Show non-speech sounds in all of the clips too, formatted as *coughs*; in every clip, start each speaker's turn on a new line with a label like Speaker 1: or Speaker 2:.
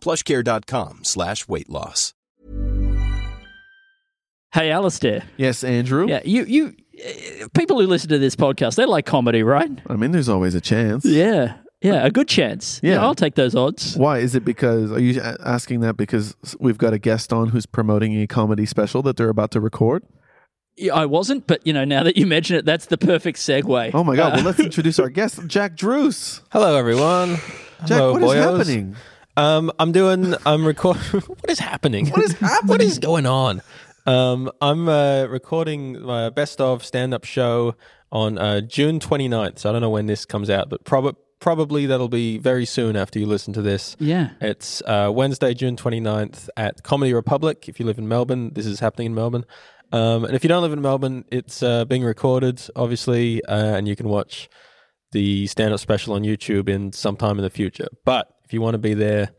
Speaker 1: Plushcare.com slash weight loss.
Speaker 2: Hey, Alistair.
Speaker 3: Yes, Andrew.
Speaker 2: Yeah, you, you, eh, people who listen to this podcast, they like comedy, right?
Speaker 3: I mean, there's always a chance.
Speaker 2: Yeah. Yeah, a good chance.
Speaker 3: Yeah.
Speaker 2: I'll take those odds.
Speaker 3: Why is it because are you a- asking that because we've got a guest on who's promoting a comedy special that they're about to record?
Speaker 2: Yeah, I wasn't, but you know, now that you mention it, that's the perfect segue. Uh,
Speaker 3: Oh my god!
Speaker 4: *laughs*
Speaker 3: Well, let's introduce our guest, Jack Drews.
Speaker 4: Hello, everyone.
Speaker 3: *sighs* Jack,
Speaker 4: Hello,
Speaker 3: what is
Speaker 4: boyos.
Speaker 3: happening?
Speaker 4: Um, I'm doing. I'm recording. *laughs* what is happening? What is happening? *laughs* what is going on? Um, I'm uh, recording my best of stand up show on uh, June 29th. So I don't know when this comes out, but prob- probably that'll be very soon after you listen to this.
Speaker 2: Yeah.
Speaker 4: It's uh, Wednesday, June 29th at Comedy Republic. If you live in Melbourne, this is happening in Melbourne. Um, and if you don't live in Melbourne, it's uh, being recorded, obviously, uh, and you can watch the stand up special on YouTube in sometime in the future. But if you want to be there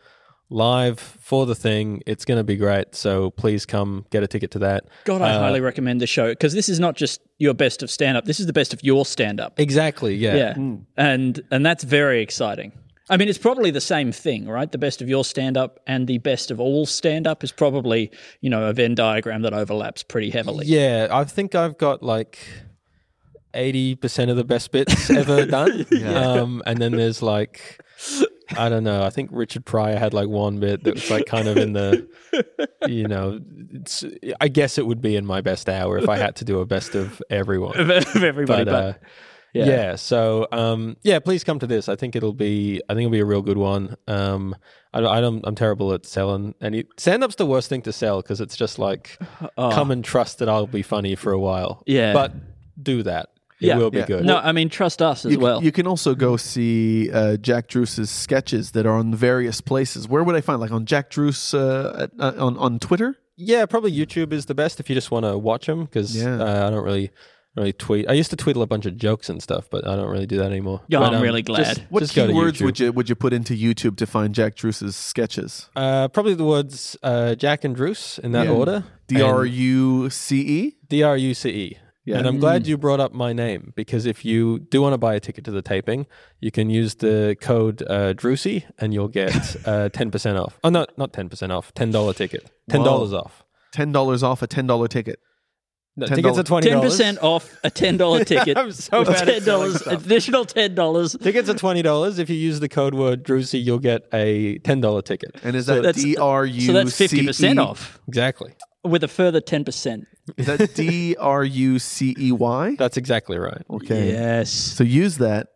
Speaker 4: live for the thing, it's going to be great. So please come get a ticket to that.
Speaker 2: God, I highly recommend the show because this is not just your best of stand up. This is the best of your stand up.
Speaker 4: Exactly. Yeah.
Speaker 2: Yeah. And and that's very exciting. I mean, it's probably the same thing, right? The best of your stand up and the best of all stand up is probably, you know, a Venn diagram that overlaps pretty heavily.
Speaker 4: Yeah, I think I've got like eighty percent of the best bits *laughs* ever done. Um, and then there's like I don't know. I think Richard Pryor had like one bit that was like kind of in the you know. It's, I guess it would be in my best hour if I had to do a best of everyone.
Speaker 2: *laughs* Of everybody,
Speaker 4: But,
Speaker 2: but,
Speaker 4: uh, yeah. so um, yeah, please come to this. I think it'll be I think it'll be a real good one. Um, I, don't- I don't. I'm terrible at selling. Any stand up's the worst thing to sell because it's just
Speaker 2: *laughs*
Speaker 4: like come and trust that I'll be funny for a while.
Speaker 2: Oh. Yeah.
Speaker 4: but do that. It
Speaker 2: Yeah.
Speaker 4: will be
Speaker 3: Yeah.
Speaker 4: good.
Speaker 2: no, I mean, trust us as
Speaker 3: You, c-
Speaker 2: well.
Speaker 3: you can also go see uh, Jack Drews's sketches that are on various places. Where would I find like on Jack Drews uh, at- uh, on on Twitter?
Speaker 4: yeah, probably YouTube is the best if you just want to watch them because
Speaker 3: Yeah.
Speaker 4: uh, I don't really really tweet. I used to tweetle a bunch of jokes and stuff, but I don't really do that anymore.
Speaker 2: Yeah,
Speaker 4: But,
Speaker 2: I'm
Speaker 4: um,
Speaker 2: really glad.
Speaker 4: Just,
Speaker 3: What
Speaker 4: just go to
Speaker 3: keywords
Speaker 4: YouTube.
Speaker 3: would you would you put into YouTube to find Jack Drews's sketches?
Speaker 4: Uh, probably the words uh, Jack and Bruce in that
Speaker 3: Yeah.
Speaker 4: order.
Speaker 3: D
Speaker 4: And-
Speaker 3: R U C E.
Speaker 4: D R U C E.
Speaker 3: Yeah.
Speaker 4: And I'm glad you brought up my name because if you do want to buy a ticket to the taping, you can use the code uh, Drusy and you'll get *laughs* uh, 10% off. Oh, no, not 10% off, $10 ticket. $10 off.
Speaker 3: Ten dollars off a ten dollar ticket.
Speaker 4: No,
Speaker 3: $10
Speaker 4: tickets are $20.
Speaker 2: Ten percent off a ten dollar ticket.
Speaker 4: I'm so bad
Speaker 2: ten
Speaker 4: at selling
Speaker 2: dollars
Speaker 4: stuff.
Speaker 2: additional ten dollars.
Speaker 4: *laughs* Tickets are $20. If you use the code word Drusy, you'll get a $10 ticket.
Speaker 3: And is
Speaker 4: So
Speaker 3: that
Speaker 2: that's-
Speaker 3: D R U? E?
Speaker 2: So that's fifty
Speaker 4: E?
Speaker 2: percent off
Speaker 4: Exactly.
Speaker 2: with a further ten percent.
Speaker 3: Is
Speaker 2: *laughs*
Speaker 3: that D R U C E Y?
Speaker 4: That's exactly right.
Speaker 3: Okay.
Speaker 2: Yes.
Speaker 3: So use that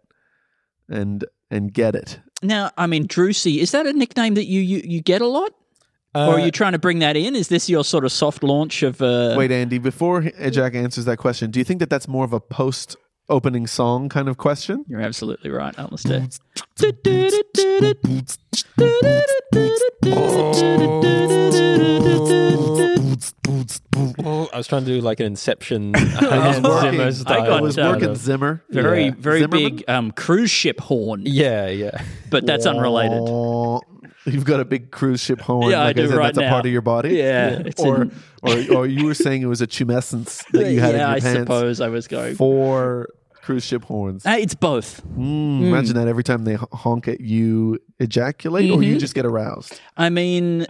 Speaker 3: and and get it.
Speaker 2: Now, I mean, Drusy, is that a nickname that you you, you get a lot, or
Speaker 4: Uh,
Speaker 2: are you trying to bring that in? Is this your sort of soft launch of? Uh,
Speaker 3: Wait, Andy, before he- Jack answers that question, do you think that that's more of a post opening song kind of
Speaker 2: *laughs*
Speaker 3: question?
Speaker 2: You're absolutely right,
Speaker 4: *laughs*
Speaker 2: Alistair.
Speaker 4: Oh, I was trying to do like an *laughs* Inception Hans
Speaker 3: working.
Speaker 4: Zimmer
Speaker 3: I
Speaker 4: style.
Speaker 2: got
Speaker 3: It was
Speaker 2: Yeah.
Speaker 3: working Zimmer.
Speaker 2: Very,
Speaker 4: Yeah.
Speaker 2: very
Speaker 3: Zimmerman?
Speaker 2: big um, cruise ship horn,
Speaker 4: Yeah, yeah.
Speaker 2: but that's unrelated.
Speaker 3: Aw. You've got a big cruise ship horn.
Speaker 2: Yeah, I
Speaker 3: like
Speaker 2: do
Speaker 3: said,
Speaker 2: right
Speaker 3: That's
Speaker 2: now.
Speaker 3: a part of your body.
Speaker 2: Yeah, it's
Speaker 3: Or,
Speaker 2: in-
Speaker 3: or, or you were saying it was a tumescence that you
Speaker 2: *laughs*
Speaker 3: had
Speaker 2: yeah,
Speaker 3: in your
Speaker 2: I
Speaker 3: pants.
Speaker 2: suppose I was going.
Speaker 3: Four cruise ship horns.
Speaker 2: Uh, it's both.
Speaker 3: Mm, Imagine that every time they hon- honk at you, ejaculate, or you just get aroused.
Speaker 2: I mean,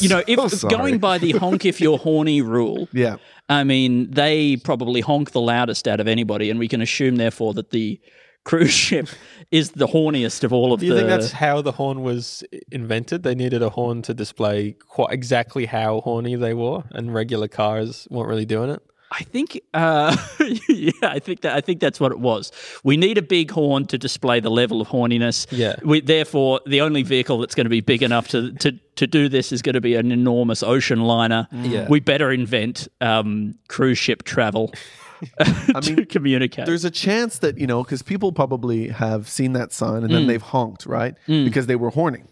Speaker 2: you know, if
Speaker 3: So sorry.
Speaker 2: going by the honk if you're horny rule,
Speaker 3: Yeah.
Speaker 2: I mean, they probably honk the loudest out of anybody, and we can assume, therefore, that the cruise *laughs* ship is the horniest of all of
Speaker 4: Do you
Speaker 2: the.
Speaker 4: think that's how the horn was invented? They needed a horn to display quite exactly how horny they were, and regular cars weren't really doing it.
Speaker 2: I think, uh, *laughs* yeah, I think that I think that's what it was. We need a big horn to display the level of horniness.
Speaker 4: Yeah.
Speaker 2: We, therefore, the only vehicle that's going to be big enough to, to to do this is going to be an enormous ocean liner.
Speaker 3: Mm.
Speaker 4: Yeah.
Speaker 2: We better invent um, cruise ship
Speaker 3: *laughs*
Speaker 2: travel. *laughs* to
Speaker 3: mean,
Speaker 2: communicate.
Speaker 3: There's a chance that, you know, because people probably have seen that sign and then they've honked, right? Because they were horny,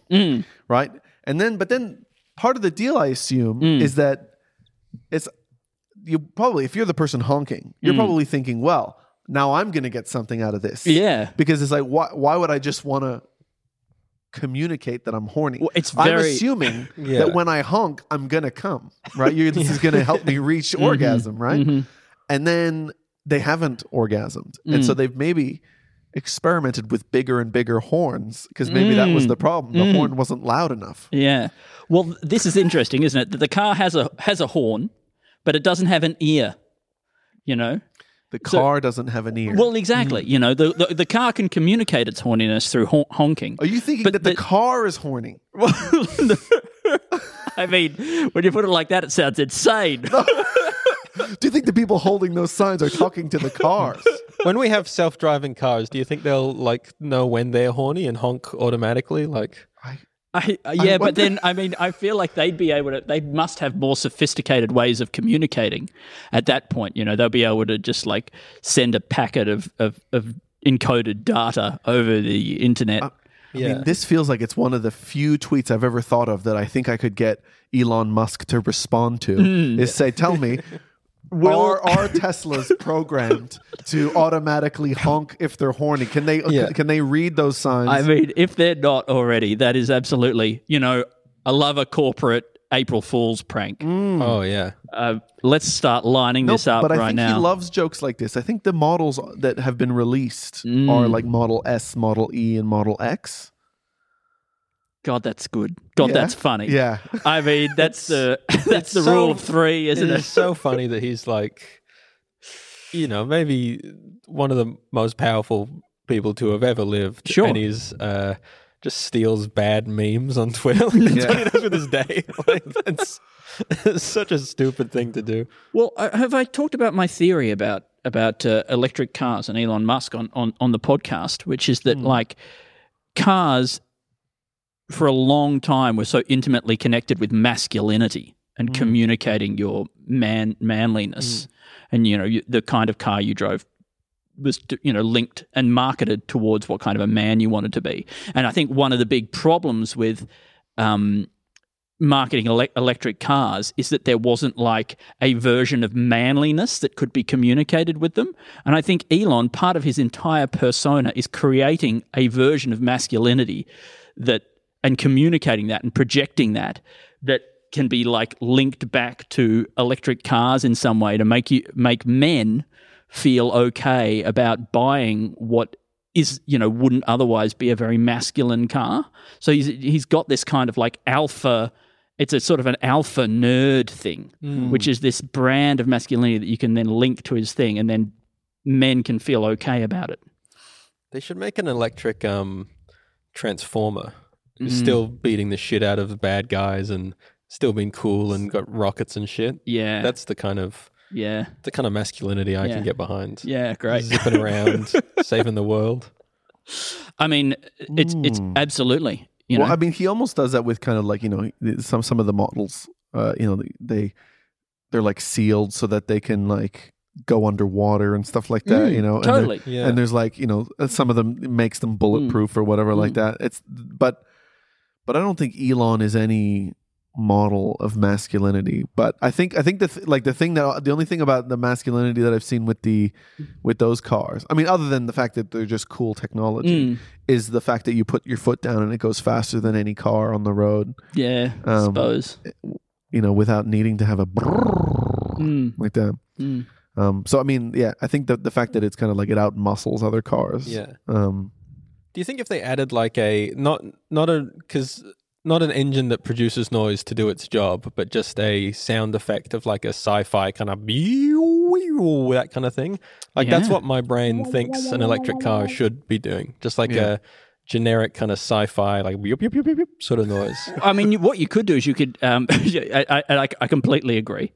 Speaker 3: right? And then, but then part of the deal, I assume, is that it's you probably if you're the person honking, you're probably thinking, well, now I'm going to get something out of this.
Speaker 2: Yeah.
Speaker 3: because it's like why why would I just want to communicate that I'm horny?
Speaker 2: it's
Speaker 3: I'm
Speaker 2: very- *laughs*
Speaker 3: assuming
Speaker 4: Yeah.
Speaker 3: that when I honk, I'm gonna come. Right, you're, this is gonna help
Speaker 2: *laughs*
Speaker 3: me reach
Speaker 2: Mm-hmm.
Speaker 3: orgasm. Right, and then they haven't orgasmed, and
Speaker 2: Mm.
Speaker 3: so they've maybe experimented with bigger and bigger horns because maybe that was the
Speaker 2: Mm.
Speaker 3: problem. The horn wasn't loud enough.
Speaker 2: Yeah. Well, th- this is interesting, isn't it? That the car has a has a horn, but it doesn't have an ear. You know.
Speaker 3: The car doesn't have an ear.
Speaker 2: Well,
Speaker 3: Mm.
Speaker 2: exactly. You know, the, the the car can communicate its horniness through hon- honking.
Speaker 3: Are you thinking
Speaker 2: but
Speaker 3: that the,
Speaker 2: the-
Speaker 3: car is horny?
Speaker 2: *laughs* I mean, when you put it like that, it sounds insane.
Speaker 3: Do you think the people holding those signs are talking to
Speaker 2: *laughs*
Speaker 3: the cars?
Speaker 4: when we have self-driving cars, do you think they'll like know when they're horny and honk automatically? Like,
Speaker 2: *laughs* I, uh, yeah, but
Speaker 3: wonder-
Speaker 2: then I mean, I feel like they'd be able to. They must have more sophisticated ways of communicating. At that point, you know, they'll be able to just like send a packet of of, of encoded data over the internet.
Speaker 3: Uh,
Speaker 4: yeah,
Speaker 3: I mean, this feels like it's one of the few tweets I've ever thought of that I think I could get Elon Musk to respond to.
Speaker 2: Hmm.
Speaker 3: Is say,
Speaker 2: *laughs*
Speaker 3: tell me, are, are Teslas programmed to automatically honk if they're horny? Can they
Speaker 4: Yeah.
Speaker 3: can they read those signs?
Speaker 2: I mean, if they're not already, that is absolutely, you know, I love a corporate April Fool's prank.
Speaker 4: oh yeah,
Speaker 2: Uh, let's start lining
Speaker 3: Mm. Nope,
Speaker 2: this up
Speaker 3: but I
Speaker 2: right
Speaker 3: think
Speaker 2: now.
Speaker 3: he loves jokes like this. I think the models that have been released are
Speaker 2: Hmm.
Speaker 3: like Model S, Model E, and Model X.
Speaker 2: God, that's good. God,
Speaker 3: Yeah.
Speaker 2: that's funny.
Speaker 3: Yeah.
Speaker 2: I *laughs* mean, that's the that's the
Speaker 4: so-
Speaker 2: rule of three, isn't
Speaker 4: it's
Speaker 2: it?
Speaker 4: so funny that he's like, you know, maybe one of the most powerful people to have ever lived.
Speaker 2: Sure.
Speaker 4: and he's uh, just steals bad memes on Twitter. *laughs* Like, that's what he does with his day. *laughs* Like, that's, it's such a stupid thing to do.
Speaker 2: *laughs* Well, I- have I talked about my theory about about uh, electric cars and Elon Musk on, on on the podcast, which is that like cars for a long time were so intimately connected with masculinity and communicating your man manliness, and you know you, the kind of car you drove was you know linked and marketed towards what kind of a man you wanted to be. And I think one of the big problems with um, marketing ele- electric cars is that there wasn't like a version of manliness that could be communicated with them. And I think Elon, part of his entire persona, is creating a version of masculinity that and communicating that and projecting that that can be like linked back to electric cars in some way to make you make men feel okay about buying what is you know wouldn't otherwise be a very masculine car. So he's he's got this kind of like alpha. It's a sort of an alpha nerd thing, which is this brand of masculinity that you can then link to his thing, and then men can feel okay about it.
Speaker 4: They should make an electric um, transformer. Who's
Speaker 2: Mm.
Speaker 4: still beating the shit out of the bad guys and still being cool and got rockets and shit.
Speaker 2: Yeah,
Speaker 4: That's the kind of
Speaker 2: yeah,
Speaker 4: the kind of masculinity I
Speaker 2: Yeah.
Speaker 4: can get behind.
Speaker 2: yeah. Great.
Speaker 4: *laughs* Zipping around, saving the world.
Speaker 2: I mean, it's it's absolutely you know
Speaker 3: well, I mean, he almost does that with kind of like you know some some of the models. Uh, you know, they they're like sealed so that they can like go underwater and stuff like that. you know, and they're-
Speaker 2: Mm, totally. Mm.
Speaker 4: Yeah.
Speaker 3: And there's like you know uh, some of them makes them bulletproof or whatever like that. It's but but I don't think Elon is any model of masculinity. But I think I think the th- like the thing that the only thing about the masculinity that I've seen with the with those cars. I mean, other than the fact that they're just cool
Speaker 2: Mm,
Speaker 3: technology, is the fact that you put your foot down and it goes faster than any car on the road.
Speaker 2: yeah, I
Speaker 3: Um,
Speaker 2: suppose.
Speaker 3: You know, without needing to have a brrrr
Speaker 2: Mm,
Speaker 3: like that.
Speaker 2: mm.
Speaker 3: Um, so I mean, yeah, I think that the fact that it's kind of like it out muscles other cars.
Speaker 4: Yeah.
Speaker 3: Um,
Speaker 4: Do you think if they added like a not not a because not an engine that produces noise to do its job, but just a sound effect of like a sci-fi kind of *laughs* that kind of thing. Like that's
Speaker 2: Yeah.
Speaker 4: what my brain thinks an electric car should be doing, just like
Speaker 3: Yeah.
Speaker 4: a generic kind of sci-fi like *laughs* beep, beep, beep, beep, beep sort of noise.
Speaker 2: I mean, you- what you could do is you could. Um, *laughs* I, I- I, I completely agree.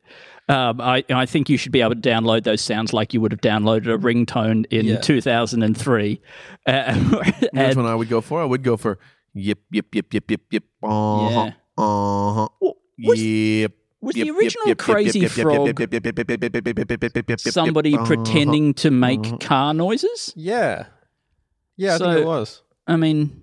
Speaker 2: Um, I, I think you should be able to download those sounds like you would have downloaded a ringtone in
Speaker 4: Yeah.
Speaker 2: 2003.
Speaker 3: *laughs*
Speaker 2: Uh,
Speaker 3: That's
Speaker 2: and-
Speaker 3: what I would go for. I would go for yip yip yip yip yip yip. Uh huh.
Speaker 2: Yeah.
Speaker 3: Uh huh.
Speaker 2: Well, was-
Speaker 3: Yip.
Speaker 2: was
Speaker 3: yip,
Speaker 2: the
Speaker 3: yip,
Speaker 2: original
Speaker 3: yip, yip,
Speaker 2: Crazy
Speaker 3: yip, yip,
Speaker 2: Frog
Speaker 3: yip, yip, yip, yip, yip, yip, yip, yip, yip, yip, yip, yip, yip,
Speaker 2: somebody
Speaker 3: uh-huh.
Speaker 2: pretending to make car noises?
Speaker 4: yeah, yeah, I
Speaker 2: So-
Speaker 4: think it was.
Speaker 2: I mean,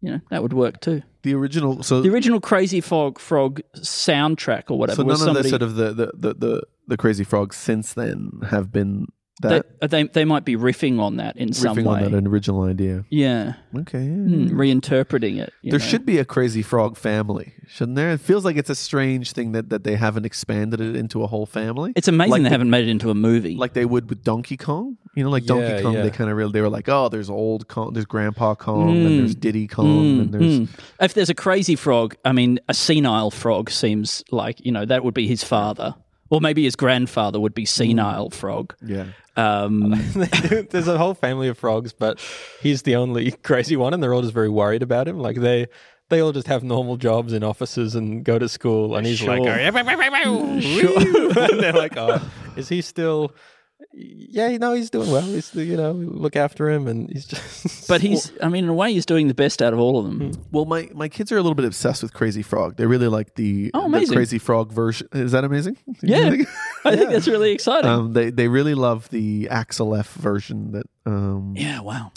Speaker 2: you know, that would work too.
Speaker 3: the original. So
Speaker 2: The original Crazy Frog Frog soundtrack or whatever
Speaker 3: so none
Speaker 2: was
Speaker 3: of the
Speaker 2: somebody
Speaker 3: sort of the the, the the the crazy frogs since then have been
Speaker 2: they,
Speaker 3: that
Speaker 2: they they might be riffing on that in some
Speaker 3: riffing
Speaker 2: way.
Speaker 3: on that uh, original idea.
Speaker 2: Yeah,
Speaker 3: Okay.
Speaker 2: Hmm, reinterpreting it. you
Speaker 3: There
Speaker 2: know.
Speaker 3: should be a crazy frog family, shouldn't there? It feels like it's a strange thing that, that they haven't expanded it into a whole family.
Speaker 2: It's amazing
Speaker 3: like
Speaker 2: they
Speaker 3: the-
Speaker 2: haven't made it into a movie.
Speaker 3: like they would with Donkey Kong. You know, like
Speaker 4: Yeah,
Speaker 3: Donkey Kong,
Speaker 4: yeah.
Speaker 3: they kind of real. They were like, oh, there's old Kong, there's Grandpa Kong, and
Speaker 2: Hmm.
Speaker 3: there's Diddy Kong, and there's
Speaker 2: Mm. If there's a crazy frog, I mean, a senile frog seems like you know that would be his father, or maybe his grandfather would be senile frog.
Speaker 3: Mm. yeah. Uh,
Speaker 2: Um,
Speaker 4: *laughs* There's a whole family of frogs, but he's the only *laughs* crazy one, and they're all just very worried about him. Like they, they all just have normal jobs in offices and go to school, and he's like,
Speaker 2: Sure. *laughs*
Speaker 4: "Oh, woo." *laughs* and they're like, oh, is he still? Yeah, no, he's doing well. He's you know, we look after him, and he's just.
Speaker 2: but he's, I mean, in a way, he's doing the best out of all of them.
Speaker 3: Well, my, my kids are a little bit obsessed with Crazy Frog. They really like the,
Speaker 2: Oh,
Speaker 3: the
Speaker 2: amazing.
Speaker 3: Crazy Frog version. Is that amazing?
Speaker 2: Yeah, *laughs* I think that's really exciting.
Speaker 3: *laughs* um, they they really love the Axel F version that um,
Speaker 2: yeah, wow.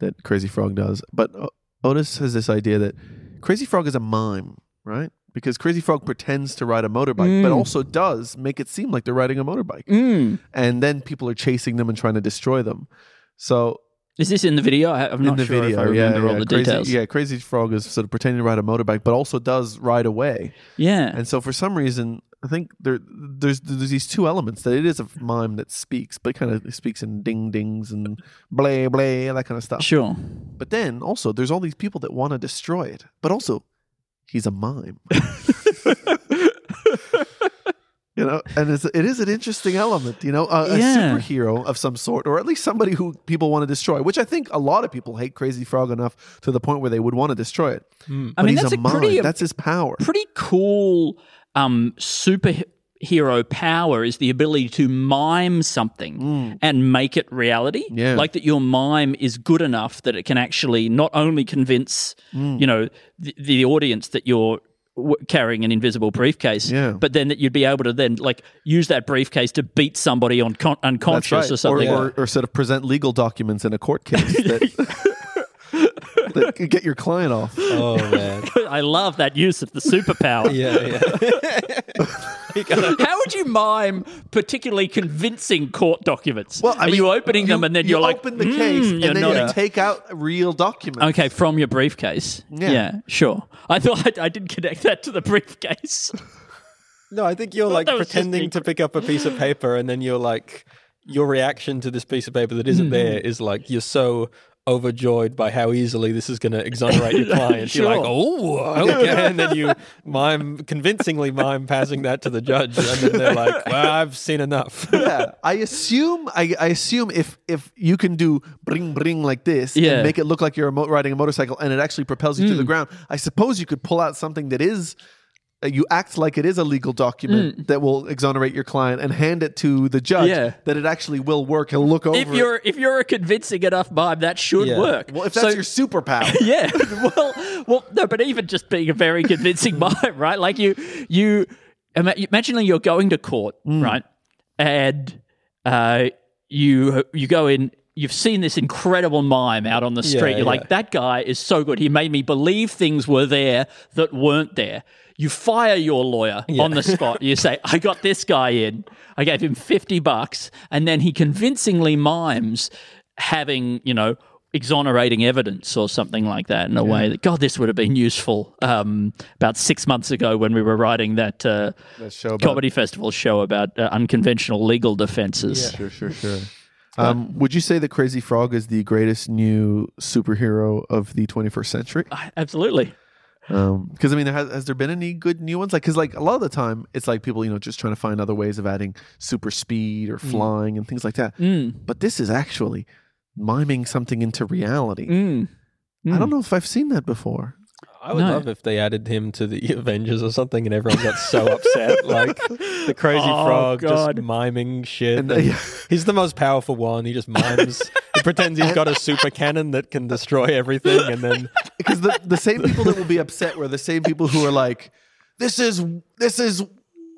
Speaker 3: that Crazy Frog does. But O- Otis has this idea that Crazy Frog is a mime, right? Because Crazy Frog pretends to ride a motorbike, but also does make it seem like they're riding a motorbike.
Speaker 2: Mm.
Speaker 3: And then people are chasing them and trying to destroy them. So
Speaker 2: Is this in the video? I, I'm
Speaker 3: in
Speaker 2: not
Speaker 3: the
Speaker 2: sure
Speaker 3: video,
Speaker 2: if I remember
Speaker 3: yeah,
Speaker 2: all
Speaker 3: yeah,
Speaker 2: the
Speaker 3: Crazy,
Speaker 2: details.
Speaker 3: Yeah, Crazy Frog is sort of pretending to ride a motorbike, but also does ride away.
Speaker 2: yeah.
Speaker 3: And so for some reason, I think there there's there's these two elements that it is a mime that speaks, but kind of speaks in ding dings and blah blah that kind of stuff.
Speaker 2: sure.
Speaker 3: But then also there's all these people that want to destroy it. But also, he's
Speaker 2: *laughs*
Speaker 3: a mime. You know, and it's, it is an interesting element, you know, a, a
Speaker 2: Yeah.
Speaker 3: superhero of some sort, or at least somebody who people want to destroy, which I think a lot of people hate Crazy Frog enough to the point where they would want to destroy it.
Speaker 2: Hmm. I
Speaker 3: but
Speaker 2: mean,
Speaker 3: he's
Speaker 2: that's
Speaker 3: a,
Speaker 2: a
Speaker 3: mime.
Speaker 2: pretty
Speaker 3: that's his power.
Speaker 2: pretty cool um, superhero power is the ability to mime something and make it reality.
Speaker 3: Mm. Yeah.
Speaker 2: Like that your mime is good enough that it can actually not only convince,
Speaker 3: Mm.
Speaker 2: you know, the, the audience that you're w- carrying an invisible briefcase,
Speaker 3: Yeah.
Speaker 2: but then that you'd be able to then like use that briefcase to beat somebody on con-
Speaker 3: That's
Speaker 2: unconscious
Speaker 3: right.
Speaker 2: or something.
Speaker 3: Or, or, or sort of present legal documents in a court case that, that could get your client off.
Speaker 4: *laughs* oh man,
Speaker 2: *laughs* I love that use of the
Speaker 3: *laughs*
Speaker 2: superpower.
Speaker 4: yeah, yeah. He kinda-
Speaker 2: How would you mime particularly convincing court documents?
Speaker 3: Well, I
Speaker 2: Are
Speaker 3: mean,
Speaker 2: you opening them and then
Speaker 3: you
Speaker 2: are like,
Speaker 3: open the case
Speaker 2: "Mm,
Speaker 3: and
Speaker 2: you're
Speaker 3: then
Speaker 2: not-
Speaker 3: you take out real documents.
Speaker 2: Okay, from your briefcase. Yeah,
Speaker 3: Yeah.
Speaker 2: sure. I thought I, I did connect that to the *laughs* briefcase.
Speaker 4: No, I think you're like
Speaker 2: that was just
Speaker 4: pretending to pick up a piece of paper, and then you're like, your reaction to this piece of paper that isn't there
Speaker 2: Hmm.
Speaker 4: is like you're so overjoyed by how easily this is going to exonerate
Speaker 2: *laughs*
Speaker 4: your client. You're
Speaker 2: Sure. *laughs*
Speaker 4: like, oh, okay, and then you mime convincingly mime passing that to the judge, and then they're like, well, I've seen enough. *laughs*
Speaker 3: Yeah, I assume I, I assume if if you can do bring bring like this
Speaker 2: Yeah. Hmm.
Speaker 3: and make it look like you're a mo- riding a motorcycle and it actually propels you to the ground, I suppose you could pull out something that is uh, you act like it is a legal document that will exonerate your client and hand it to the judge
Speaker 2: Hmm. Yeah.
Speaker 3: that it actually will work. He'll look over.
Speaker 2: if
Speaker 3: it.
Speaker 2: you're if you're a convincing enough mime, that should
Speaker 4: Yeah.
Speaker 2: work.
Speaker 3: well, if that's
Speaker 2: So-
Speaker 3: your superpower,
Speaker 2: *laughs* yeah, well, well, no, but even just being a very convincing *laughs* mime, right? Like you, you ima- imagine you're going to court, right? And uh, you you go in. You've seen this incredible mime out on the street. You're
Speaker 4: yeah.
Speaker 2: like, that guy is so good. He made me believe things were there that weren't there. You fire your lawyer on the spot. You say, I got this guy in. I gave him 50 bucks. And then he convincingly mimes having, you know, exonerating evidence or something like that in a way that, God, this would have been useful um, about six months ago when we were writing that, uh,
Speaker 3: That show about-
Speaker 2: comedy festival show about uh, unconventional legal defenses.
Speaker 3: Sure, sure, sure. Um, would you say that Crazy Frog is the greatest new superhero of the 21st century?
Speaker 2: Absolutely.
Speaker 3: Because I mean, has, has there been any good new ones? Like, because like a lot of the time, it's like people you know just trying to find other ways of adding super speed or flying and things like that.
Speaker 2: Mm.
Speaker 3: But this is actually miming something into reality.
Speaker 2: Mm.
Speaker 3: I don't know if I've seen that before.
Speaker 4: I would
Speaker 2: No.
Speaker 4: love if they added him to the *laughs* Avengers or something, and everyone got so upset. Like the crazy
Speaker 2: *laughs* Oh,
Speaker 4: frog
Speaker 2: God.
Speaker 4: just miming shit.
Speaker 3: And,
Speaker 4: and
Speaker 2: *laughs*
Speaker 3: yeah.
Speaker 4: He's the most powerful one. He just mimes. he pretends he's got a super cannon that can destroy everything, and then
Speaker 3: because the, the same people that will be upset were the same people who are like, this is this is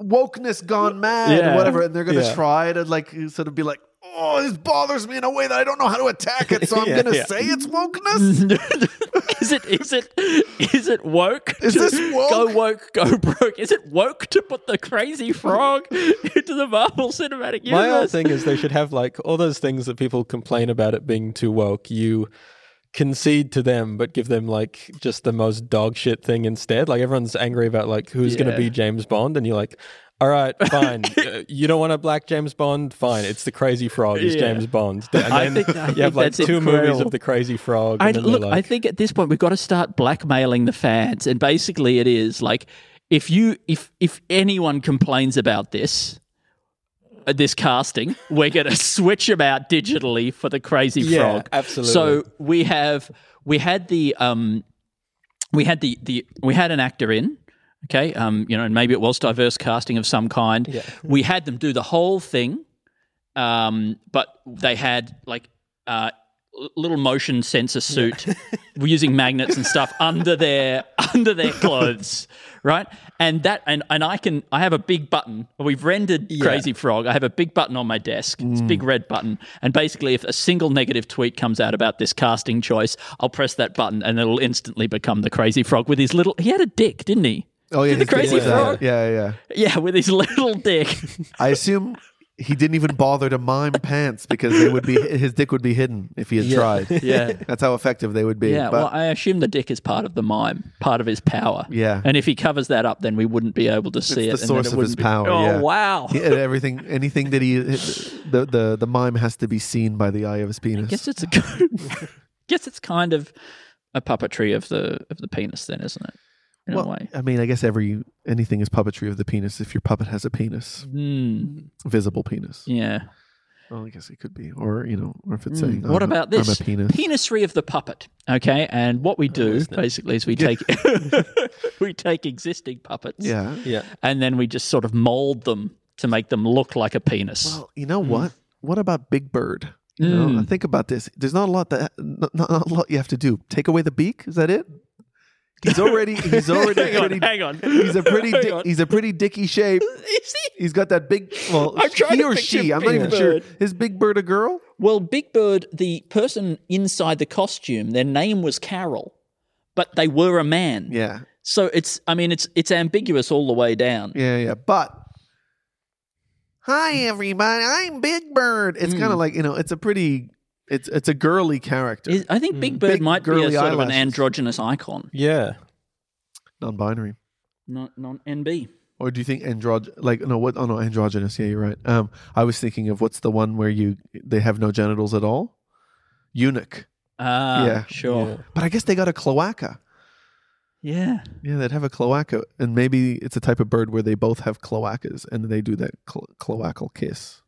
Speaker 3: wokeness gone mad
Speaker 2: Yeah.
Speaker 3: or whatever, and they're gonna
Speaker 4: Yeah.
Speaker 3: try to like sort of be like, oh, this bothers me in a way that I don't know how to attack it, so I'm
Speaker 4: Yeah,
Speaker 3: going to
Speaker 4: yeah.
Speaker 3: say it's
Speaker 4: *laughs*
Speaker 3: wokeness.
Speaker 2: is it is it is it woke?
Speaker 3: Is
Speaker 2: to-
Speaker 3: this woke?
Speaker 2: Go woke, go broke. Is it woke to put the crazy frog *laughs* into the Marvel Cinematic Universe?
Speaker 4: My whole thing is they should have like all those things that people complain about it being too woke. You concede to them, but give them like just the most dog shit thing instead. Like everyone's angry about like who's going
Speaker 2: Yeah.
Speaker 4: to be James Bond, and you're like, all right,
Speaker 2: *laughs*
Speaker 4: fine. Uh, you don't want a black James Bond? Fine. It's the Crazy Frog. He's
Speaker 2: Yeah.
Speaker 4: James Bond. And
Speaker 2: I
Speaker 4: then
Speaker 2: think- I
Speaker 4: you have
Speaker 2: think
Speaker 4: like
Speaker 2: that's
Speaker 4: two movies
Speaker 2: incredible.
Speaker 4: of the Crazy Frog.
Speaker 2: I,
Speaker 4: and then they're
Speaker 2: look, I
Speaker 4: like-
Speaker 2: think at this point we've got to start blackmailing the fans, and basically it is like if you if if anyone complains about this. uh, This casting, we're going to *laughs* switch them out digitally for the crazy
Speaker 4: Yeah,
Speaker 2: frog.
Speaker 4: absolutely.
Speaker 2: So we have we had the um we had the the we had an actor in, okay, um you know, and maybe it was diverse casting of some kind.
Speaker 4: Yeah.
Speaker 2: We had them do the whole thing um, but they had like uh, l- little motion sensor suit *laughs* were using magnets and stuff under their *laughs* under their clothes, right? And that and and I can I have a big button. We've rendered Crazy Frog. I have a big button on my desk. It's a big red button. And basically, if a single negative tweet comes out about this casting choice, I'll press that button and it'll instantly become the Crazy Frog with his little. He had a dick, didn't he?
Speaker 3: Oh yeah,
Speaker 2: Did the
Speaker 3: he did
Speaker 2: crazy
Speaker 3: that.
Speaker 2: frog?
Speaker 3: Yeah, yeah.
Speaker 2: Yeah, with his *laughs* little dick.
Speaker 3: I assume he didn't even bother to mime pants because they would be his dick would be hidden if he had tried.
Speaker 2: Yeah.
Speaker 3: That's how effective they would be.
Speaker 2: Yeah,
Speaker 3: but
Speaker 2: well, I assume the dick is part of the mime, part of his power.
Speaker 3: Yeah.
Speaker 2: and if he covers that up, then we wouldn't be able to see it.
Speaker 3: it's the source
Speaker 2: and
Speaker 3: of
Speaker 2: then it
Speaker 3: his
Speaker 2: wouldn't be-
Speaker 3: power.
Speaker 2: Oh
Speaker 3: yeah.
Speaker 2: wow!
Speaker 3: *laughs* Yeah, and everything, anything that he, the, the the mime has to be seen by the eye of his penis.
Speaker 2: Guess it's a *laughs* guess it's kind of a puppetry of the of the penis, then, isn't it? In a
Speaker 3: well,
Speaker 2: way.
Speaker 3: I mean, I guess every anything is puppetry of the penis if your puppet has a penis,
Speaker 2: Mm,
Speaker 3: visible penis.
Speaker 2: yeah. Hmm.
Speaker 3: Well, I guess it could be, or you know, or if it's saying,
Speaker 2: Mm. What
Speaker 3: I'm a-
Speaker 2: about this?
Speaker 3: um, I'm a penis.
Speaker 2: *laughs*
Speaker 3: Oh,
Speaker 2: Penisry of the puppet. Okay, and what we do basically is we take *laughs* we take existing puppets,
Speaker 3: yeah.
Speaker 4: yeah.
Speaker 2: and then we just sort of mold them to make them look like a penis.
Speaker 3: Well, you know what? What about Big Bird? You know,
Speaker 2: Mm-hmm. Mm.
Speaker 3: I think about this. There's not a lot that not, not a lot you have to do. Take away the beak. Is that it? He's already he's
Speaker 2: *laughs*
Speaker 3: already
Speaker 2: *laughs* hang on,
Speaker 3: pretty,
Speaker 2: hang on.
Speaker 3: *laughs*
Speaker 2: *laughs*
Speaker 3: he's a pretty
Speaker 2: Hang
Speaker 3: di-
Speaker 2: on.
Speaker 3: he's a pretty dicky shape.
Speaker 2: Is he?
Speaker 3: He's got that big. Well,
Speaker 2: I'm trying
Speaker 3: he
Speaker 2: to
Speaker 3: or
Speaker 2: picture
Speaker 3: she. I'm not
Speaker 2: Big
Speaker 3: even
Speaker 2: Bird.
Speaker 3: sure. Is Big Bird a girl?
Speaker 2: Well, Big Bird, the person inside the costume, their name was Carol, but they were a man.
Speaker 3: Yeah,
Speaker 2: So it's, I mean, it's it's ambiguous all the way down.
Speaker 3: yeah, yeah. But hi everybody, I'm Big Bird. It's
Speaker 2: Hmm.
Speaker 3: kind of like you know, it's a pretty, it's it's a girly character,
Speaker 2: Is- I think Big Bird
Speaker 3: Big
Speaker 2: might be a
Speaker 3: girly
Speaker 2: sort of an
Speaker 3: eyelashes.
Speaker 2: androgynous icon,
Speaker 4: Yeah.
Speaker 3: non-binary.
Speaker 2: not non NB.
Speaker 3: Or do you think androg like no what oh no androgynous yeah you're right um I was thinking of what's the one where you they have no genitals at all eunuch
Speaker 2: Ah,
Speaker 3: Yeah.
Speaker 2: sure.
Speaker 3: but I guess they got a cloaca
Speaker 2: Yeah.
Speaker 3: yeah they'd have a cloaca and maybe it's a type of bird where they both have cloacas and they do that clo- cloacal kiss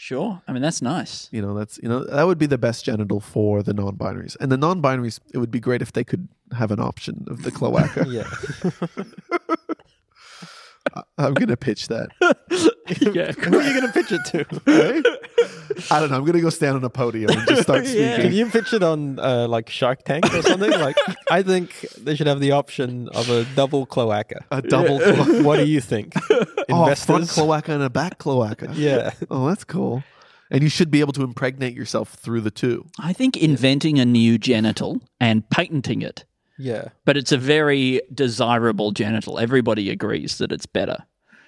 Speaker 2: sure. I mean, that's
Speaker 3: *laughs*
Speaker 2: nice.
Speaker 3: you know that's you know that would be the best genital for the non-binaries and the non-binaries it would be great if they could have an option of the
Speaker 4: *laughs*
Speaker 3: cloaca
Speaker 4: Yeah.
Speaker 2: *laughs*
Speaker 3: I'm gonna pitch that
Speaker 2: yeah.
Speaker 4: Who are you going to pitch it to?
Speaker 3: right? I don't know I'm gonna go stand on a podium and just start speaking.
Speaker 4: Can you pitch it on uh, like Shark Tank or something? like, I think they should have the option of a double cloaca.
Speaker 3: A double clo-
Speaker 4: what do you think,
Speaker 3: *laughs* Oh, front
Speaker 4: investors?
Speaker 3: cloaca and a back cloaca.
Speaker 4: yeah,
Speaker 3: Oh, that's cool. And you should be able to impregnate yourself through the two.
Speaker 2: I think inventing a new genital and patenting it
Speaker 4: yeah.
Speaker 2: but it's a very desirable genital. Everybody agrees that it's better.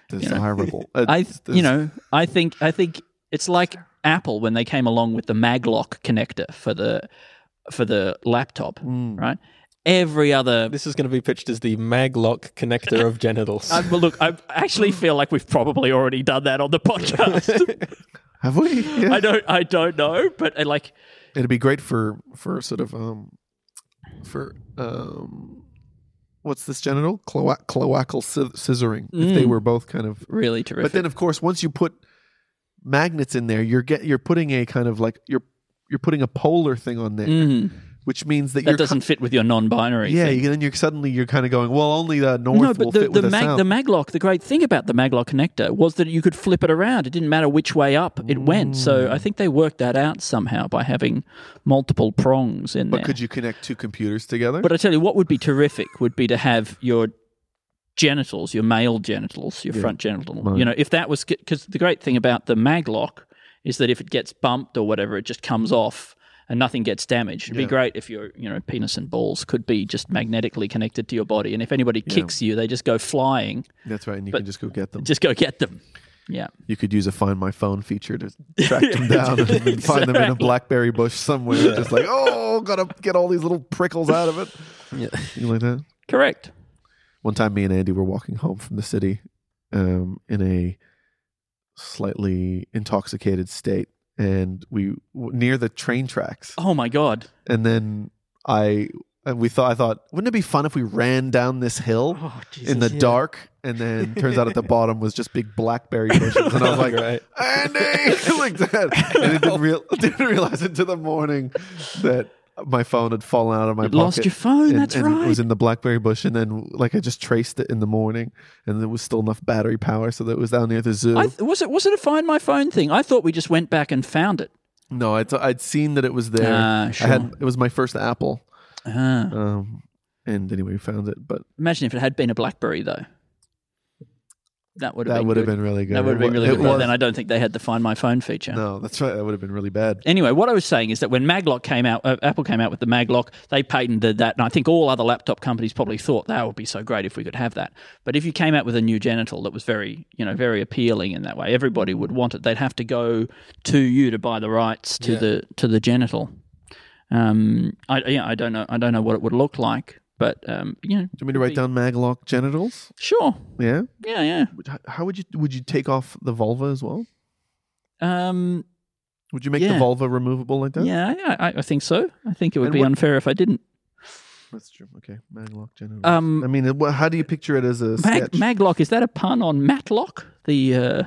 Speaker 3: Desirable.
Speaker 2: I,
Speaker 3: It's-
Speaker 2: you know, I think I think it's like Apple when they came along with the Maglock connector for the for the laptop,
Speaker 3: Mm.
Speaker 2: right? Every other.
Speaker 4: This is going to be pitched as the maglock connector of genitals.
Speaker 2: I, *laughs* well, look, I actually feel like we've probably already done that
Speaker 3: *laughs*
Speaker 2: on the podcast.
Speaker 3: have we? Yeah.
Speaker 2: I don't, I don't know, but uh, like,
Speaker 3: It'd be great for for sort of um for um what's this genital Cloa- cloacal sci- scissoring. If
Speaker 2: Mm.
Speaker 3: they were both kind of,
Speaker 2: really
Speaker 3: but
Speaker 2: terrific.
Speaker 3: then of course once you put magnets in there, you're get you're putting a kind of like you're you're putting a polar thing on there, which means
Speaker 2: Mm-hmm.
Speaker 3: that,
Speaker 2: that
Speaker 3: you're co-
Speaker 2: doesn't fit with your non-binary.
Speaker 3: Yeah,
Speaker 2: thing.
Speaker 3: you, then you're suddenly you're kind of going, well, only the north
Speaker 2: No,
Speaker 3: will
Speaker 2: but the,
Speaker 3: fit
Speaker 2: the,
Speaker 3: with the
Speaker 2: mag,
Speaker 3: south.
Speaker 2: the maglock, the great thing about the maglock connector was that you could flip it around. It didn't matter which way up it went. So I
Speaker 3: Mm.
Speaker 2: think they worked that out somehow by having multiple prongs in
Speaker 3: but
Speaker 2: there.
Speaker 3: could you connect two computers together?
Speaker 2: but I tell you, what would be terrific would be to have your genitals, your male genitals, your front genital. You know, if that was because the great thing about the maglock is that if it gets bumped or whatever, it just comes off and nothing gets damaged. It'd
Speaker 3: Yeah.
Speaker 2: be great if your you know penis and balls could be just magnetically connected to your body, and if anybody kicks you, they just go flying.
Speaker 3: That's right. And you
Speaker 2: But-
Speaker 3: can just go get them.
Speaker 2: Just go get them. Yeah,
Speaker 3: you could use a find my phone feature to
Speaker 2: *laughs*
Speaker 3: track them down and then find them in a blackberry bush somewhere. Just like, oh, gotta get all these little prickles out of it. You like that?
Speaker 2: correct.
Speaker 3: One time, me and Andy were walking home from the city um, in a slightly intoxicated state, and we w- near the train tracks.
Speaker 2: Oh my god.
Speaker 3: And then I, and we thought, I thought, wouldn't it be fun if we ran down this hill?
Speaker 2: Oh Jesus.
Speaker 3: in the dark, and then turns out
Speaker 2: *laughs*
Speaker 3: at the bottom was just big blackberry bushes, and I was like,
Speaker 4: *laughs* Right.
Speaker 3: *laughs* Andy, like
Speaker 2: *laughs*
Speaker 3: that, and it didn't, real, *laughs* didn't realize until the morning that my phone had fallen out of my
Speaker 2: you
Speaker 3: pocket.
Speaker 2: lost your phone.
Speaker 3: and,
Speaker 2: that's
Speaker 3: and
Speaker 2: right.
Speaker 3: It was in the blackberry bush, and then like I just traced it in the morning, and there was still enough battery power, so that it was down near the zoo.
Speaker 2: I th- was it was it a find my phone thing? I thought we just went back and found it.
Speaker 3: no, I'd, I'd seen that it was there.
Speaker 2: Ah, sure.
Speaker 3: I had it was my first Apple,
Speaker 2: Ah.
Speaker 3: um, and anyway, we found it, but
Speaker 2: Imagine if it had been a BlackBerry though. That would have
Speaker 3: that
Speaker 2: been
Speaker 3: would have
Speaker 2: good.
Speaker 3: been really good.
Speaker 2: that would have been
Speaker 3: It
Speaker 2: really
Speaker 3: wa-
Speaker 2: good.
Speaker 3: it
Speaker 2: Well,
Speaker 3: was-
Speaker 2: then I don't think they had the Find My Phone feature.
Speaker 3: no, that's right. That would have been really bad.
Speaker 2: Anyway, what I was saying is that when Maglock came out, uh, Apple came out with the Maglock, they patented that, and I think all other laptop companies probably thought that would be so great if we could have that. But if you came out with a new genital that was very, you know, very appealing in that way, everybody would want it. They'd have to go to you to buy the rights to the to the genital. Um, I yeah, I don't know, I don't know what it would look like, but um, you know,
Speaker 3: Do you want me to write down Maglock genitals?
Speaker 2: sure,
Speaker 3: Yeah.
Speaker 2: yeah, yeah.
Speaker 3: Would- h- How would you would you take off the vulva as well?
Speaker 2: Um,
Speaker 3: Would you make the
Speaker 2: Yeah.
Speaker 3: vulva removable like that?
Speaker 2: yeah, yeah, I, I think so. I think it would
Speaker 3: And
Speaker 2: be
Speaker 3: what-
Speaker 2: unfair if I didn't.
Speaker 3: That's true. Okay, Maglock genitals.
Speaker 2: Um,
Speaker 3: I mean, it- wha- how do you picture it as a
Speaker 2: Mag-
Speaker 3: sketch?
Speaker 2: Maglock, is that a pun on Matlock, the uh,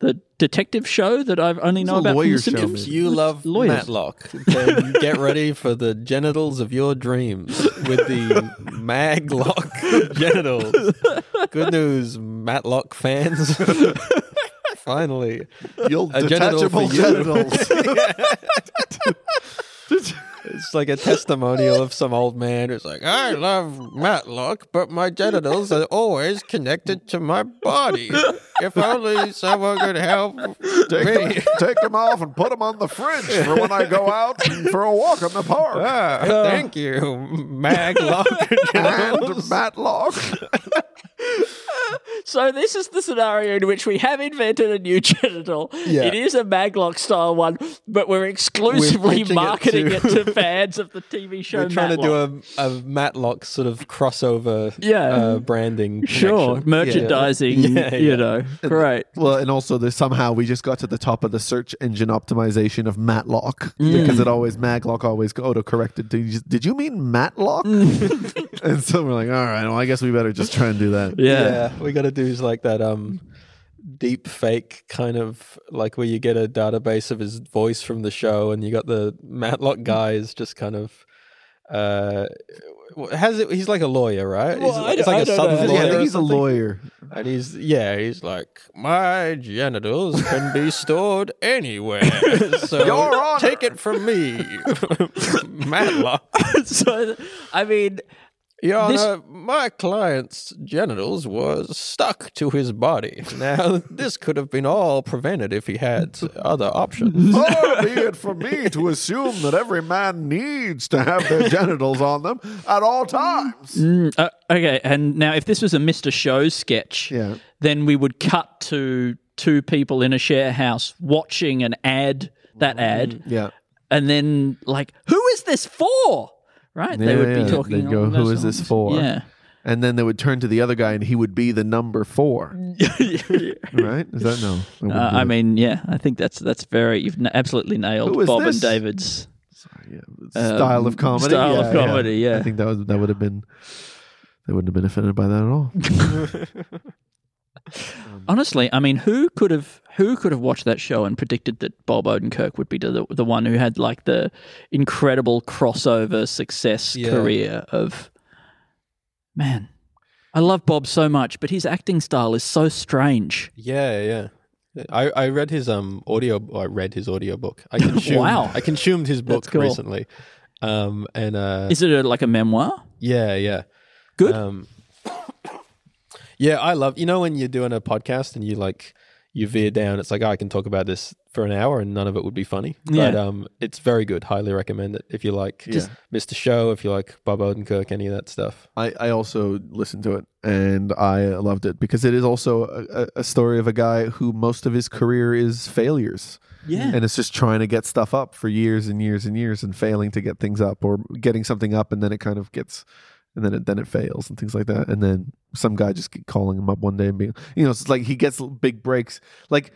Speaker 2: the detective show that I've only
Speaker 3: It's
Speaker 2: know
Speaker 3: a
Speaker 2: about from
Speaker 3: lawyer
Speaker 2: The
Speaker 3: show,
Speaker 2: Simpsons?
Speaker 3: If
Speaker 4: you love
Speaker 2: lawyers.
Speaker 4: Matlock, then get ready for the genitals of your dreams with the *laughs* Maglock genitals. Good news, Matlock fans. *laughs* Finally.
Speaker 3: You'll
Speaker 4: a genital
Speaker 3: detachable
Speaker 4: for you. *laughs*
Speaker 3: genitals.
Speaker 4: It's like a testimonial of some old man who's like, I love Matlock, but my genitals are always connected to my body. If only someone could help
Speaker 3: take, them,
Speaker 4: me.
Speaker 3: take them off and put them on the fridge for when I go out and for a walk in the park.
Speaker 4: Ah, thank
Speaker 2: *laughs*
Speaker 4: you, Maglock genitals.
Speaker 3: and Matlock.
Speaker 2: So this is the scenario in which we have invented a new *laughs* genital.
Speaker 4: Yeah.
Speaker 2: It is a Maglock style one, but we're exclusively
Speaker 4: pitching it
Speaker 2: marketing
Speaker 4: to-
Speaker 2: it to,
Speaker 4: *laughs*
Speaker 2: fans of the TV show.
Speaker 4: We're trying
Speaker 2: Matlock.
Speaker 4: to do a, a Matlock sort of crossover
Speaker 2: Yeah.
Speaker 4: uh, branding.
Speaker 2: sure
Speaker 4: connection.
Speaker 2: merchandising.
Speaker 4: *laughs* Yeah, yeah.
Speaker 2: You know, great.
Speaker 3: Well, and also there's somehow we just got to the top of the search engine optimization of Matlock
Speaker 2: Mm.
Speaker 3: because it always Maglock always autocorrected. Did you, did you mean Matlock? *laughs* and so we're like, all right, well, I guess we better just try and do that.
Speaker 4: Yeah.
Speaker 2: Mm. Yeah.
Speaker 4: we got to do is like that um, deep fake kind of like where you get a database of his voice from the show, and you got the Matlock guy is just kind of. Uh, w- has it? He's like a lawyer, right?
Speaker 2: Well, I
Speaker 4: he's, it's
Speaker 2: don't-
Speaker 4: like
Speaker 2: I
Speaker 4: a
Speaker 2: don't
Speaker 4: southern
Speaker 2: know.
Speaker 3: Yeah, I
Speaker 4: lawyer,
Speaker 3: think
Speaker 4: or
Speaker 3: he's a
Speaker 4: something.
Speaker 3: lawyer.
Speaker 4: and he's yeah, he's like my genitals can be stored anywhere, so
Speaker 3: Your Honor.
Speaker 4: take it from me, Matlock.
Speaker 2: *laughs* so, I mean,
Speaker 4: Your
Speaker 2: This-
Speaker 4: Honor, my client's genitals was stuck to his body. *laughs* Now, this could have been all prevented if he had other options.
Speaker 3: *laughs* Oh, be it for me to assume that every man needs to have their genitals on them at all times.
Speaker 2: Uh, okay, and now if this was a Mr. Show sketch,
Speaker 3: Yeah.
Speaker 2: then we would cut to two people in a share house watching an ad, that ad,
Speaker 3: Mm-hmm. Yeah.
Speaker 2: and then like, who is this for? Right? they would be talking.
Speaker 3: They'd go,
Speaker 2: along
Speaker 3: "Who
Speaker 2: those
Speaker 3: is this
Speaker 2: lines."
Speaker 3: for?" *laughs*
Speaker 2: Yeah. *laughs*
Speaker 3: And then they would turn to the other guy, and he would be the number four. right? Is that no? That wouldn't
Speaker 2: Uh,
Speaker 3: be
Speaker 2: I
Speaker 3: it.
Speaker 2: mean, yeah, I think that's that's very you've n- absolutely nailed
Speaker 3: Who is
Speaker 2: Bob
Speaker 3: this?
Speaker 2: and David's.
Speaker 3: Yeah, style of comedy.
Speaker 2: uh, style of comedy, yeah.
Speaker 3: I think that was that would have been they wouldn't have been offended by that
Speaker 2: *laughs*
Speaker 3: at all.
Speaker 2: Honestly, I mean, who could have who could have watched that show and predicted that Bob Odenkirk would be the the one who had like the incredible crossover success
Speaker 4: Yeah.
Speaker 2: career of man. I love Bob so much, but his acting style is so strange.
Speaker 4: *laughs* Yeah, yeah. I, I read his um audio. I read his audio book. *laughs* I consumed,
Speaker 2: Wow.
Speaker 4: I consumed his book
Speaker 2: That's cool.
Speaker 4: recently. Um and uh
Speaker 2: Is it a, like a memoir?
Speaker 4: yeah, yeah.
Speaker 2: Good.
Speaker 4: Um, yeah, I love. You know when you're doing a podcast and you like you veer down, it's like oh, I can talk about this for an hour and none of it would be funny.
Speaker 2: Yeah.
Speaker 4: But um, it's very good. Highly recommend it if you like
Speaker 3: Just-
Speaker 4: Mr. Show, if you like Bob Odenkirk, any of that stuff.
Speaker 3: I, I also listened to it and I loved it because it is also a, a- a story of a guy who most of his career is failures.
Speaker 2: Yeah.
Speaker 3: And it's just trying to get stuff up for years and years and years and failing to get things up or getting something up and then it kind of gets and then it then it fails and things like that. And then some guy just keep calling him up one day and being you know, it's like he gets l- big breaks. Like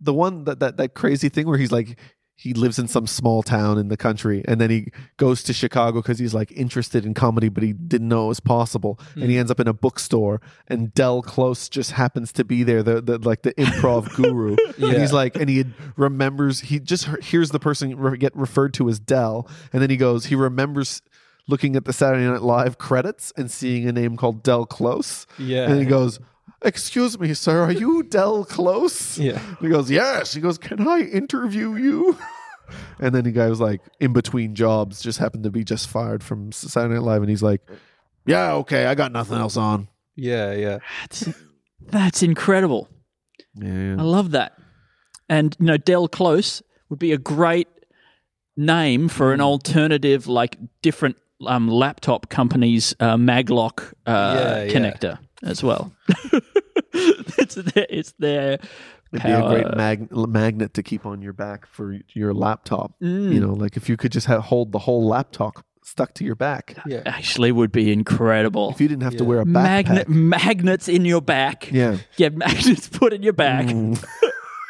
Speaker 3: the one that that, that crazy thing where he's like he lives in some small town in the country and then he goes to Chicago because he's like interested in comedy, but he didn't know it was possible. And he ends up in a bookstore, and Del Close just happens to be there, the, the like the improv guru. And he's like, and he remembers, he just he- hears the person re- get referred to as Del, and then he goes, he remembers looking at the Saturday Night Live credits and seeing a name called Del Close.
Speaker 4: Yeah.
Speaker 3: And he goes, Excuse me, sir, are you Del Close?
Speaker 4: Yeah.
Speaker 3: And he goes, Yes. He goes, Can I interview you? *laughs* and then the guy was like, in between jobs, just happened to be just fired from Saturday Night Live. And he's like, Yeah, okay, I got nothing else on.
Speaker 4: Yeah, yeah.
Speaker 2: That's, that's incredible. I
Speaker 3: Yeah.
Speaker 2: love that. And you know, Del Close would be a great name for
Speaker 3: Mm.
Speaker 2: an alternative, like different um, laptop companies' uh, Maglock uh,
Speaker 4: Yeah, yeah.
Speaker 2: connector as well. *laughs* it's their, it's their
Speaker 3: It'd be a
Speaker 2: power.
Speaker 3: great mag- magnet to keep on your back for your laptop.
Speaker 2: Mm.
Speaker 3: You know, like if you could just ha- hold the whole laptop stuck to your back.
Speaker 4: Yeah.
Speaker 2: actually would be incredible.
Speaker 3: If you didn't have to
Speaker 4: Yeah.
Speaker 3: wear a backpack.
Speaker 2: Magnet magnets in your back.
Speaker 3: Yeah. Mm.
Speaker 2: Yeah, *laughs* magnets put in your back.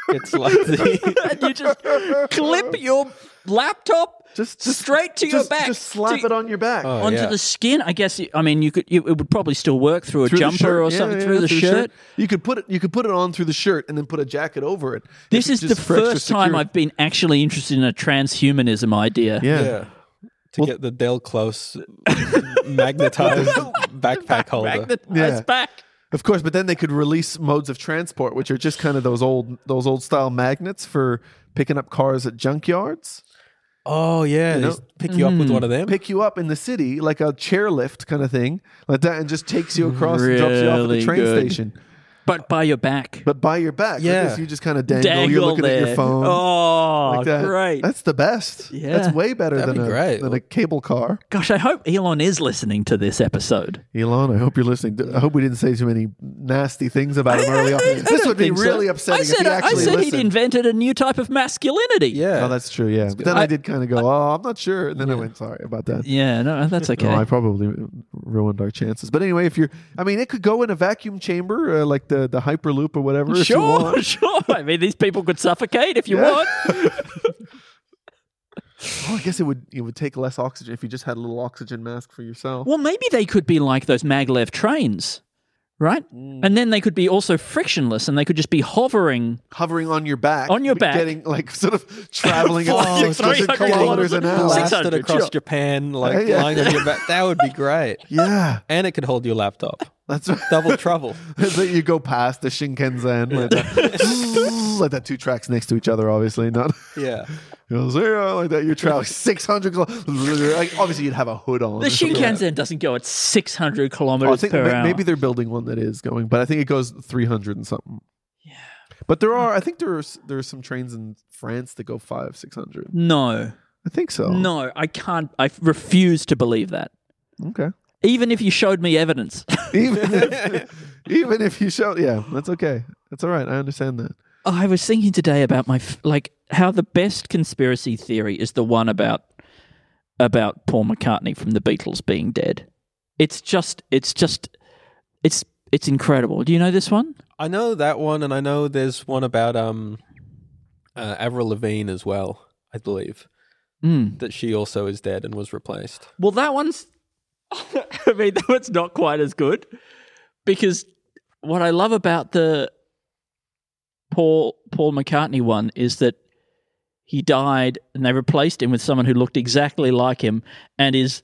Speaker 4: It's like *laughs* the
Speaker 2: *laughs* and you just clip your laptop
Speaker 3: *laughs* Just, just
Speaker 2: straight to your
Speaker 3: just,
Speaker 2: back.
Speaker 3: Just slap
Speaker 2: to-
Speaker 3: it on your back.
Speaker 4: Oh,
Speaker 2: onto
Speaker 4: yeah.
Speaker 2: the skin. I guess you- I mean you could. You, it would probably still work through a
Speaker 3: Through the
Speaker 2: jumper
Speaker 3: shirt.
Speaker 2: or
Speaker 3: Yeah,
Speaker 2: something
Speaker 3: yeah,
Speaker 2: through, the, shirt.
Speaker 3: You could put it. You could put it on through the shirt and then put a jacket over it.
Speaker 2: This
Speaker 3: If-
Speaker 2: is the
Speaker 3: just for extra
Speaker 2: first time
Speaker 3: security.
Speaker 2: I've been actually interested in a transhumanism idea.
Speaker 3: Yeah.
Speaker 4: yeah. To get the Del Close *laughs* magnetized backpack holder.
Speaker 2: Magnet
Speaker 3: Yeah.
Speaker 2: it's back.
Speaker 3: Of course, but then they could release modes of transport, which are just kind of those old those old style magnets for picking up cars at junkyards.
Speaker 4: Oh yeah,
Speaker 3: know?
Speaker 4: they pick you up with one of them.
Speaker 3: Pick you up in the city like a chairlift kind of thing, like that, and just takes you across and drops you off at the
Speaker 2: Really
Speaker 3: train
Speaker 2: good.
Speaker 3: station.
Speaker 2: But by your back.
Speaker 3: But by your back, like
Speaker 4: Yeah.
Speaker 3: this, you just kind of dangle. you're
Speaker 2: Dangle
Speaker 3: looking at
Speaker 2: there.
Speaker 3: your phone.
Speaker 2: Oh,
Speaker 3: like that.
Speaker 2: great.
Speaker 3: That's the best.
Speaker 2: Yeah.
Speaker 3: That's way better
Speaker 4: That'd
Speaker 3: than
Speaker 4: be
Speaker 3: a
Speaker 4: great.
Speaker 3: than a cable car.
Speaker 2: Gosh, I hope Elon is listening to this episode.
Speaker 3: Elon, I hope you're listening. I hope we didn't say too many nasty things about
Speaker 2: *laughs*
Speaker 3: him early on. This would be
Speaker 2: think so.
Speaker 3: really upsetting
Speaker 2: I said,
Speaker 3: if he
Speaker 2: I
Speaker 3: actually
Speaker 2: said he'd
Speaker 3: listened.
Speaker 2: invented a new type of masculinity.
Speaker 4: Yeah.
Speaker 3: Oh, that's true. Yeah, but then I,
Speaker 2: I-
Speaker 3: did kind of go, "Oh, I'm not sure," and then I went, "Sorry about that."
Speaker 2: Yeah, no, that's okay.
Speaker 3: *laughs* No, I probably ruined our chances. But anyway, if you're, I mean, it could go in a vacuum chamber, uh, like the the Hyperloop or whatever. if you
Speaker 2: sure, *laughs*
Speaker 3: want.
Speaker 2: sure. I mean, these people could suffocate if you
Speaker 3: Yeah.
Speaker 2: want.
Speaker 3: Oh, I guess it would it would take less oxygen if you just had a little oxygen mask for yourself.
Speaker 2: Well, maybe they could be like those maglev trains, right?
Speaker 3: Mm.
Speaker 2: And then they could be also frictionless, and they could just be hovering.
Speaker 3: Hovering on your back,
Speaker 2: On your back.
Speaker 3: getting like sort
Speaker 2: *laughs*
Speaker 3: of traveling at
Speaker 2: Flying
Speaker 3: 600
Speaker 2: 300
Speaker 3: kilometers an
Speaker 2: kilometers.
Speaker 3: hour.
Speaker 2: Six-
Speaker 4: Blasted
Speaker 2: 600,
Speaker 4: across
Speaker 2: sure.
Speaker 4: Japan, *laughs* like
Speaker 3: Yeah.
Speaker 4: lying on your back. That would be great.
Speaker 3: Yeah,
Speaker 4: And it could hold your laptop.
Speaker 3: that's right.
Speaker 4: *laughs* Double trouble.
Speaker 3: *laughs* It's like you go past the Shinkansen, like that, *laughs* like that two tracks next to each other, obviously. Not *laughs*
Speaker 4: Yeah.
Speaker 3: you know, zero, like that. You're traveling *laughs* 600 kilometers. Like, obviously, you'd have a hood on.
Speaker 2: The
Speaker 3: or something.
Speaker 2: Shinkansen doesn't go at 600
Speaker 3: Oh, I
Speaker 2: kilometers
Speaker 3: think
Speaker 2: per
Speaker 3: ma-
Speaker 2: hour.
Speaker 3: maybe they're building one that is going, but I think it goes 300 and something. Yeah. But there are, I think there are, s- there are some trains in France that go five, 600.
Speaker 2: no,
Speaker 3: I think so.
Speaker 2: no, I can't. I refuse to believe that.
Speaker 3: Okay.
Speaker 2: Even if you showed me evidence. *laughs*
Speaker 3: Even if, *laughs* even if you show, yeah, that's okay. That's all right. I understand that.
Speaker 2: I was thinking today about my f- like how the best conspiracy theory is the one about about Paul McCartney from the Beatles being dead. It's just it's just it's it's incredible. Do you know this one?
Speaker 4: I know that one, and I know there's one about um, uh, Avril Lavigne as well. I believe
Speaker 2: Mm.
Speaker 4: that she also is dead and was replaced.
Speaker 2: Well, that one's *laughs* I mean, that one's not quite as good because what I love about the Paul Paul McCartney one is that he died and they replaced him with someone who looked exactly like him and is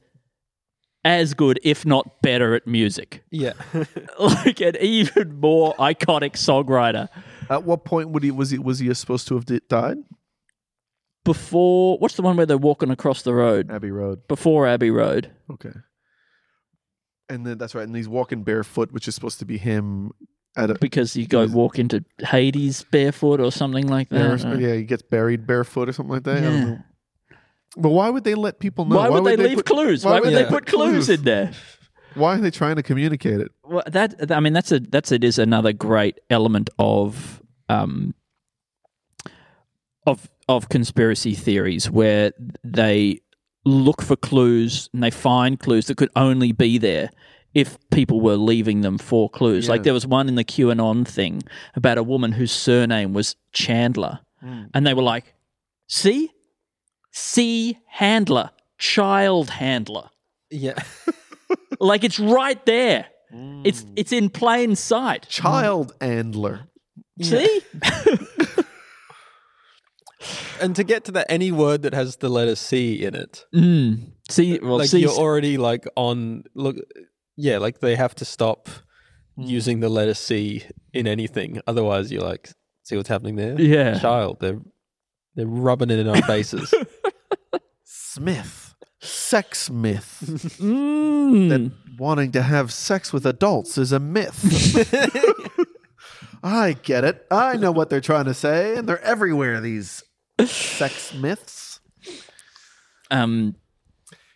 Speaker 2: as good, if not better, at music. *laughs*
Speaker 4: Yeah, *laughs*
Speaker 2: Like an even more iconic songwriter.
Speaker 3: At what point would he, was he, was he supposed to have di- died?
Speaker 2: Before what's the one where they're walking across the road?
Speaker 3: Abbey Road.
Speaker 2: Before Abbey Road.
Speaker 3: Okay. And then that's right. And he's walking barefoot, which is supposed to be him at a,
Speaker 2: because you go walk into Hades barefoot or something like
Speaker 3: yeah,
Speaker 2: that.
Speaker 3: yeah, he gets buried barefoot or something like that. I
Speaker 2: uh-huh. Yeah.
Speaker 3: don't know. But why would they let people know?
Speaker 2: why, would they, leave
Speaker 3: put-
Speaker 2: clues? Why, would they put clues in there?
Speaker 3: Why are they trying to communicate it?
Speaker 2: Well, that I mean, that's a that's it is another great element of um of of conspiracy theories where they look for clues and they find clues that could only be there if people were leaving them for clues. Like there was one in the QAnon thing about a woman whose surname was Chandler, and they were like, "See, see, handler, child handler."
Speaker 4: Yeah.
Speaker 2: Like it's right there. It's
Speaker 4: Mm.
Speaker 2: it's in plain sight.
Speaker 3: Child handler.
Speaker 2: See?
Speaker 4: and to get to that, any word that has the letter C in it,
Speaker 2: Mm. See well
Speaker 4: like
Speaker 2: see
Speaker 4: you're already like on look, yeah, like they have to stop using the letter C in anything. Otherwise, you're like, see what's happening there.
Speaker 2: Yeah.
Speaker 4: child, they're they're rubbing it in our faces.
Speaker 3: Smith. Sex
Speaker 2: *laughs*
Speaker 3: myth.
Speaker 2: Mm.
Speaker 3: that wanting to have sex with adults is
Speaker 2: *laughs*
Speaker 3: a myth. I get it. I know what they're trying to say, and they're everywhere, these sex myths.
Speaker 2: um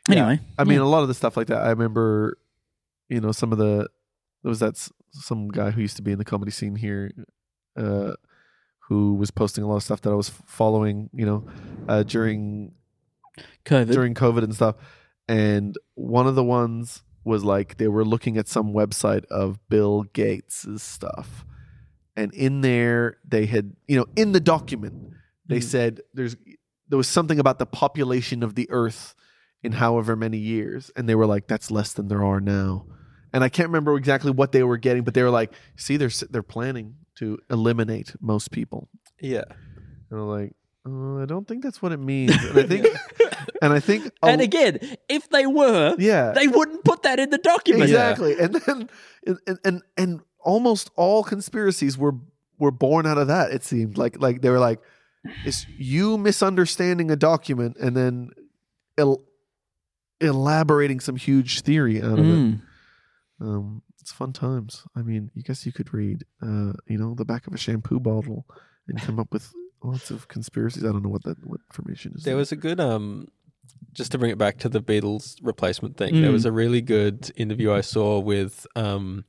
Speaker 2: anyway.
Speaker 3: I mean, a lot of the stuff like that. I remember, you know, some of the there was that s- some guy who used to be in the comedy scene here, uh, who was posting a lot of stuff that I was f- following, you know, uh, during
Speaker 2: COVID.
Speaker 3: during COVID and stuff. And one of the ones was like they were looking at some website of Bill Gates' stuff. And in there they had, you know, in the document, they said there's there was something about the population of the earth in however many years. And they were like, that's less than there are now. And I can't remember exactly what they were getting, but they were like, see, they're s- they're planning to eliminate most people.
Speaker 4: *laughs* yeah,
Speaker 3: And I'm like, oh, I don't think that's what it means. And I think and I think a
Speaker 4: Oh.
Speaker 2: and again, if they were,
Speaker 3: yeah.
Speaker 2: they wouldn't put that in the document.
Speaker 3: exactly. And then and- and, and and almost all conspiracies were were born out of that, it seemed. Like like they were like, it's you misunderstanding a document and then el- elaborating some huge theory out of it.
Speaker 2: Mm.
Speaker 3: Um it's fun times. I mean, you guess you could read uh, you know, the back of a shampoo bottle and come up with lots of conspiracies. I don't know what that what information is.
Speaker 4: there was a good um. Just to bring it back to the Beatles replacement thing, there
Speaker 2: Mm.
Speaker 4: was a really good interview I saw with um,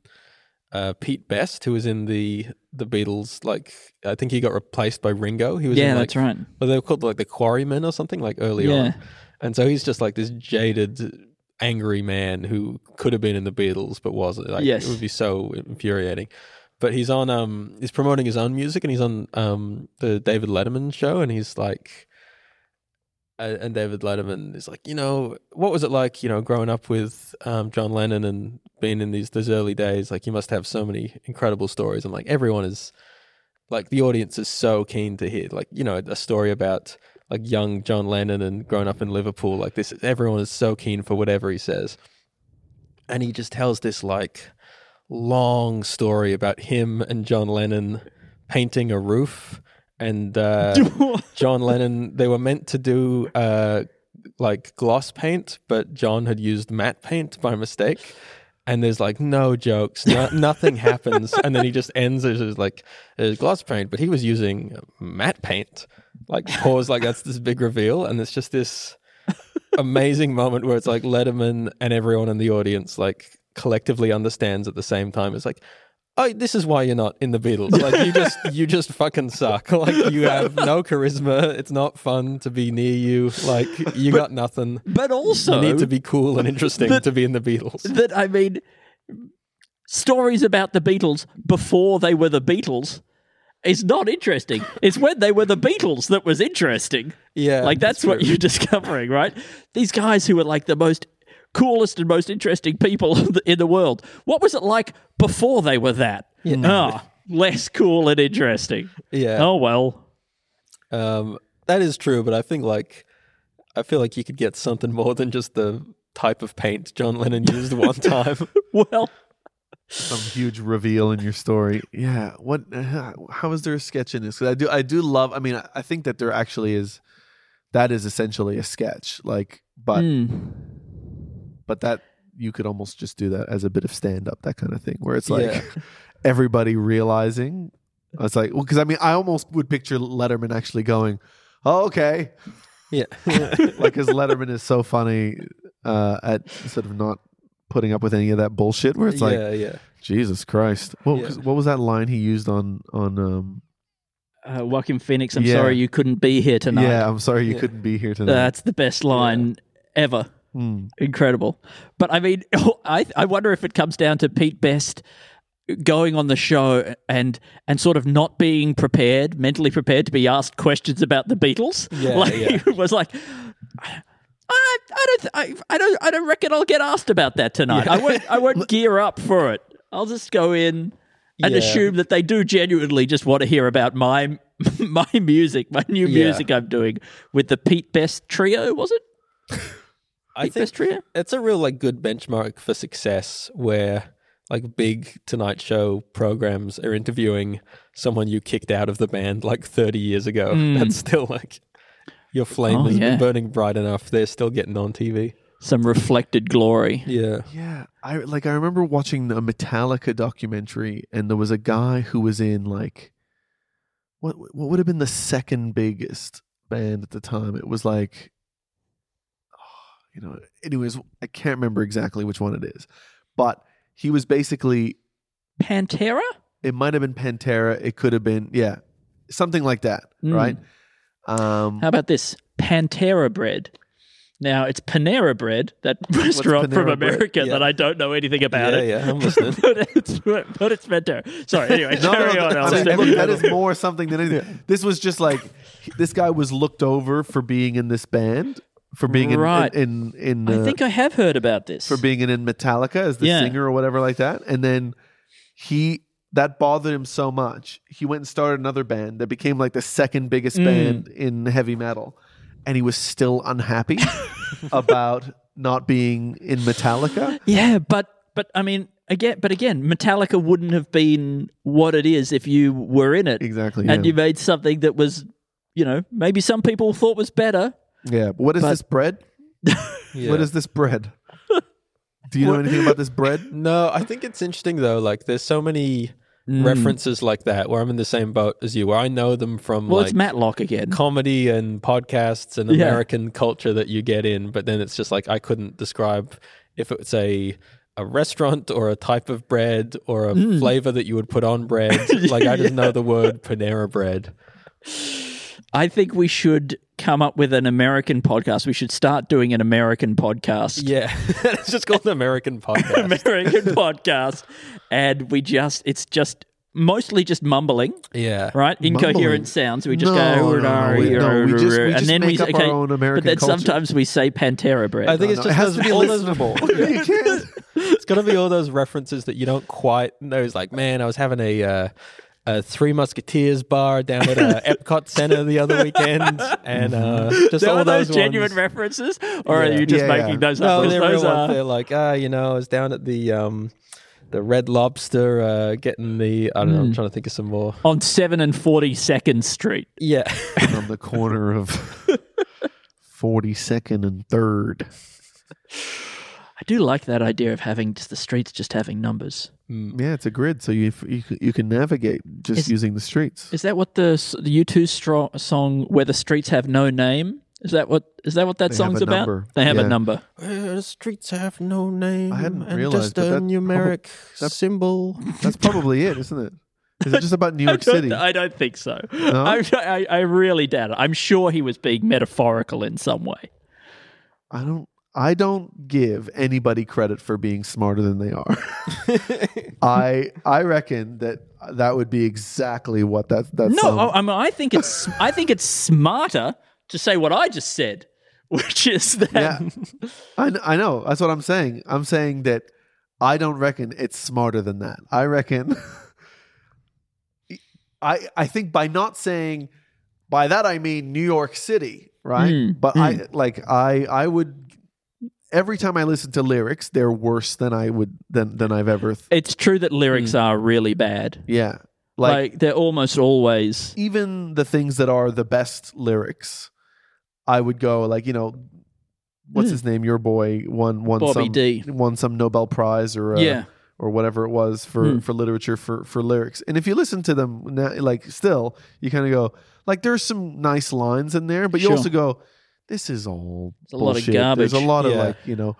Speaker 4: uh, Pete Best, who was in the the Beatles. Like, I think he got replaced by Ringo. He was
Speaker 2: Yeah,
Speaker 4: in, like,
Speaker 2: that's right.
Speaker 4: Well, they were called like the Quarrymen or something like early
Speaker 2: Yeah.
Speaker 4: on. And so he's just like this jaded, angry man who could have been in the Beatles but wasn't. Like,
Speaker 2: Yes.
Speaker 4: it would be so infuriating. But he's on. Um, he's promoting his own music and he's on um the David Letterman show and he's like. uh, And David Letterman is like, you know, what was it like, you know, growing up with um, John Lennon and being in these those early days? Like, you must have so many incredible stories. And like, everyone is like the audience is so keen to hear like you know a story about like young John Lennon and growing up in Liverpool like this everyone is so keen for whatever he says and he just tells this like long story about him and John Lennon painting a roof and uh, John Lennon they were meant to do uh, like gloss paint but John had used matte paint by mistake and there's like no jokes no, nothing happens and then he just ends as just like there's gloss paint but he was using matte paint like pause like that's this big reveal and it's just this amazing moment where it's like Letterman and everyone in the audience like collectively understands at the same time. It's like, oh, this is why you're not in the Beatles. Like you
Speaker 2: *laughs*
Speaker 4: just you just fucking suck. *laughs* Like you have no charisma. It's not fun to be near you. Like you got nothing.
Speaker 2: *laughs* But also
Speaker 4: you need to be cool and interesting to be in the
Speaker 2: *laughs*
Speaker 4: Beatles.
Speaker 2: that I mean, stories about the Beatles before they were the Beatles is not interesting. it's when they were the Beatles that was interesting.
Speaker 4: Yeah,
Speaker 2: like that's,
Speaker 4: that's
Speaker 2: what
Speaker 4: true.
Speaker 2: you're *laughs* discovering, right? These guys who were like the most coolest and most interesting people *laughs* in the world. What was it like before they were that? Ah, less cool and interesting.
Speaker 4: *laughs* Yeah.
Speaker 2: Oh well. Oh.
Speaker 4: Um, that is true, but I think like I feel like you could get something more than just the type of paint John Lennon used
Speaker 2: *laughs*
Speaker 4: one time.
Speaker 2: Well,
Speaker 3: some huge reveal in your story. Yeah. What? uh, How is there a sketch in this? 'Cause I do. I do love. I mean, I- I think that there actually is. That is essentially a sketch. Like, but
Speaker 4: Mm.
Speaker 2: hmm.
Speaker 3: but that you could almost just do that as a bit of stand up, that kind of thing, where it's like
Speaker 4: Yeah. *laughs*
Speaker 3: everybody realizing. I was like, well, because I mean, I almost would picture Letterman actually going, oh, okay.
Speaker 4: Yeah. *laughs*
Speaker 3: Like, because Letterman is so funny uh, at sort of not putting up with any of that bullshit where it's like,
Speaker 4: yeah, yeah.
Speaker 3: Jesus Christ. What,
Speaker 4: Yeah.
Speaker 3: what was that line he used on, on, um,
Speaker 2: Uh, Joaquin Phoenix, I'm
Speaker 3: Yeah.
Speaker 2: sorry you couldn't be here tonight.
Speaker 3: yeah, I'm sorry you
Speaker 4: Yeah.
Speaker 3: couldn't be here tonight.
Speaker 2: That's the best line ever.
Speaker 3: Hmm.
Speaker 2: Incredible. But I mean, *laughs* I, I wonder if it comes down to Pete Best going on the show and and sort of not being prepared, mentally prepared to be asked questions about the Beatles.
Speaker 4: *laughs* Yeah,
Speaker 2: like
Speaker 4: yeah.
Speaker 2: he was like. I, I don't th- I, I don't I don't reckon I'll get asked about that tonight. I won't I
Speaker 4: *laughs*
Speaker 2: won't gear up for it. I'll just go in and
Speaker 4: Yeah.
Speaker 2: assume that they do genuinely just want to hear about my *laughs* my music, my new
Speaker 4: Yeah.
Speaker 2: music I'm doing with the Pete Best trio, was it?
Speaker 4: I think
Speaker 2: Best trio?
Speaker 4: it's a real like good benchmark for success where like big Tonight Show programs are interviewing someone you kicked out of the band like 30 years ago. *laughs* That's still like your flame
Speaker 2: Hmm. Oh,
Speaker 4: has
Speaker 2: yeah.
Speaker 4: been burning bright enough. They're still getting on TV.
Speaker 2: Some reflected glory.
Speaker 4: Yeah.
Speaker 3: Yeah, I like I remember watching a Metallica documentary, and there was a guy who was in like what what would have been the second biggest band at the time. It was like, oh, you know, anyways, I can't remember exactly which one it is, but he was basically
Speaker 2: Pantera?
Speaker 3: it might have been Pantera, it could have been yeah, something like that,
Speaker 2: Mm.
Speaker 3: right? Um,
Speaker 2: How about this? Pantera bread. Now it's Panera bread,
Speaker 3: *laughs*
Speaker 2: that restaurant from
Speaker 3: Panera Bread?
Speaker 2: America
Speaker 4: Yeah.
Speaker 2: that I don't know anything about
Speaker 4: yeah,
Speaker 2: it.
Speaker 4: yeah. I'm listening.
Speaker 2: *laughs* but it's but it's Pantera. Sorry. Anyway,
Speaker 3: *laughs* No, no,
Speaker 2: carry
Speaker 3: no,
Speaker 2: on.
Speaker 3: I
Speaker 2: I'll
Speaker 3: mean,
Speaker 2: step
Speaker 3: look,
Speaker 2: in.
Speaker 3: that is
Speaker 2: *laughs*
Speaker 3: more something than anything. This was just like this guy was looked over for being in this band, for being in-
Speaker 2: Right.
Speaker 3: in in, in
Speaker 2: I
Speaker 3: uh,
Speaker 2: think I have heard about this.
Speaker 3: for being in, in Metallica as the
Speaker 2: Yeah.
Speaker 3: singer or whatever like that. And then he that bothered him so much, he went and started another band that became like the second
Speaker 2: Mm.
Speaker 3: biggest band in heavy metal, and he was still
Speaker 2: *laughs*
Speaker 3: unhappy about not being in Metallica.
Speaker 2: Yeah, but but I mean again, but again, Metallica wouldn't have been what it is if you were in it
Speaker 3: Exactly.
Speaker 2: and
Speaker 3: yeah.
Speaker 2: you made something that was, you know, maybe some people thought was better.
Speaker 3: yeah. But what is
Speaker 2: but-
Speaker 3: this bread?
Speaker 4: Yeah.
Speaker 3: What is this bread? Do you know anything about
Speaker 2: *laughs*
Speaker 3: this bread?
Speaker 4: No, I think it's interesting though. Like, there's so many
Speaker 2: Hmm.
Speaker 4: references like that where I'm in the same boat as you, where I know them from
Speaker 2: Well,
Speaker 4: like
Speaker 2: it's Matlock again.
Speaker 4: comedy and podcasts and
Speaker 2: Yeah.
Speaker 4: American culture that you get in, but then it's just like I couldn't describe if it's a a restaurant or a type of bread or a flavor that you would put on bread. like I just know the word Panera bread.
Speaker 2: I think we should come up with an American podcast. We should start doing an American podcast.
Speaker 4: Yeah, *laughs* it's just called an American
Speaker 2: *laughs*
Speaker 4: podcast.
Speaker 2: American podcast. And we just it's just mostly just mumbling,
Speaker 4: yeah,
Speaker 2: right? Incoherent
Speaker 3: Mumbling.
Speaker 2: sounds. We just
Speaker 3: No,
Speaker 2: go
Speaker 3: no, no, we- no, we just- we
Speaker 2: and
Speaker 3: just
Speaker 2: then we
Speaker 3: make up our
Speaker 2: okay,
Speaker 3: own American
Speaker 2: But then
Speaker 3: culture.
Speaker 2: sometimes we say Pantera bread.
Speaker 4: I think it's
Speaker 3: No,
Speaker 4: just
Speaker 3: it has
Speaker 4: those-
Speaker 3: to be
Speaker 4: all those-
Speaker 3: listenable. *laughs*
Speaker 2: *laughs*
Speaker 3: You can't-
Speaker 4: *laughs* it's gonna be all those references that you don't quite know. It's like, man, I was having a uh, a Three Musketeers bar down at uh, Epcot Center the other weekend, and uh, just
Speaker 2: There
Speaker 4: all
Speaker 2: are those,
Speaker 4: ones.
Speaker 2: genuine references, or are
Speaker 4: Yeah.
Speaker 2: you just
Speaker 3: Yeah,
Speaker 2: making
Speaker 3: yeah.
Speaker 2: those up?
Speaker 4: No,
Speaker 2: Those-
Speaker 4: they're
Speaker 2: those
Speaker 4: real
Speaker 2: are-
Speaker 4: ones. They're like, ah, you know, I was down at the um, the Red Lobster uh, getting the. I don't know. I'm trying to think of some more.
Speaker 2: on Seven and Forty Second Street.
Speaker 4: Yeah,
Speaker 3: From the corner of *laughs* 42nd and 3rd.
Speaker 2: I do like that idea of having just the streets just having numbers.
Speaker 3: Yeah, it's a grid, so you you, c- you can navigate just
Speaker 2: Is-
Speaker 3: using the streets.
Speaker 2: Is that what the s- the U two stro- song where the streets have no name? Is that what is that what that
Speaker 3: They have
Speaker 2: song's
Speaker 3: a
Speaker 2: about?
Speaker 3: number.
Speaker 2: They have
Speaker 3: Yeah.
Speaker 2: a number.
Speaker 4: the streets have no name.
Speaker 3: I hadn't and realized, just but a that prob- numeric
Speaker 4: symbol.
Speaker 3: That's probably it, isn't it? Is it just about
Speaker 2: *laughs*
Speaker 3: New York
Speaker 2: I don't-
Speaker 3: City?
Speaker 2: I don't think so. I, I, I really doubt it. I'm sure he was being metaphorical in some way.
Speaker 3: I don't I don't give anybody credit for being smarter than they
Speaker 2: *laughs*
Speaker 3: are. I I reckon that that would be exactly what that that
Speaker 2: No,
Speaker 3: song-
Speaker 2: I, I mean, I think it's I think it's smarter to say what I just said, *laughs* which is that
Speaker 3: Yeah. I, kn- I know. That's what I'm saying. I'm saying that I don't reckon it's smarter than that. I reckon. *laughs* I I think by not saying, by that I mean New York City, right?
Speaker 2: Mm,
Speaker 3: but I like I I would every time I listen to lyrics, they're worse than I would than than I've ever. Th-
Speaker 2: *laughs* it's true that lyrics are really bad.
Speaker 3: yeah,
Speaker 2: Like,
Speaker 3: Hmm. like
Speaker 2: they're almost always
Speaker 3: even the things that are the best lyrics, I would go like you know, what's his name? Your boy won won
Speaker 2: Hmm. Bobby
Speaker 3: some
Speaker 2: D.
Speaker 3: won some Nobel Prize or uh,
Speaker 2: Yeah. Hmm.
Speaker 3: or whatever it was for for literature for for lyrics. And if you listen to them now, like still, you kind of go like there's some nice lines in there, but you
Speaker 2: Sure.
Speaker 3: also go, this is all
Speaker 2: a lot of
Speaker 3: bullshit.
Speaker 2: garbage.
Speaker 3: There's a lot of
Speaker 4: Yeah.
Speaker 3: like you know,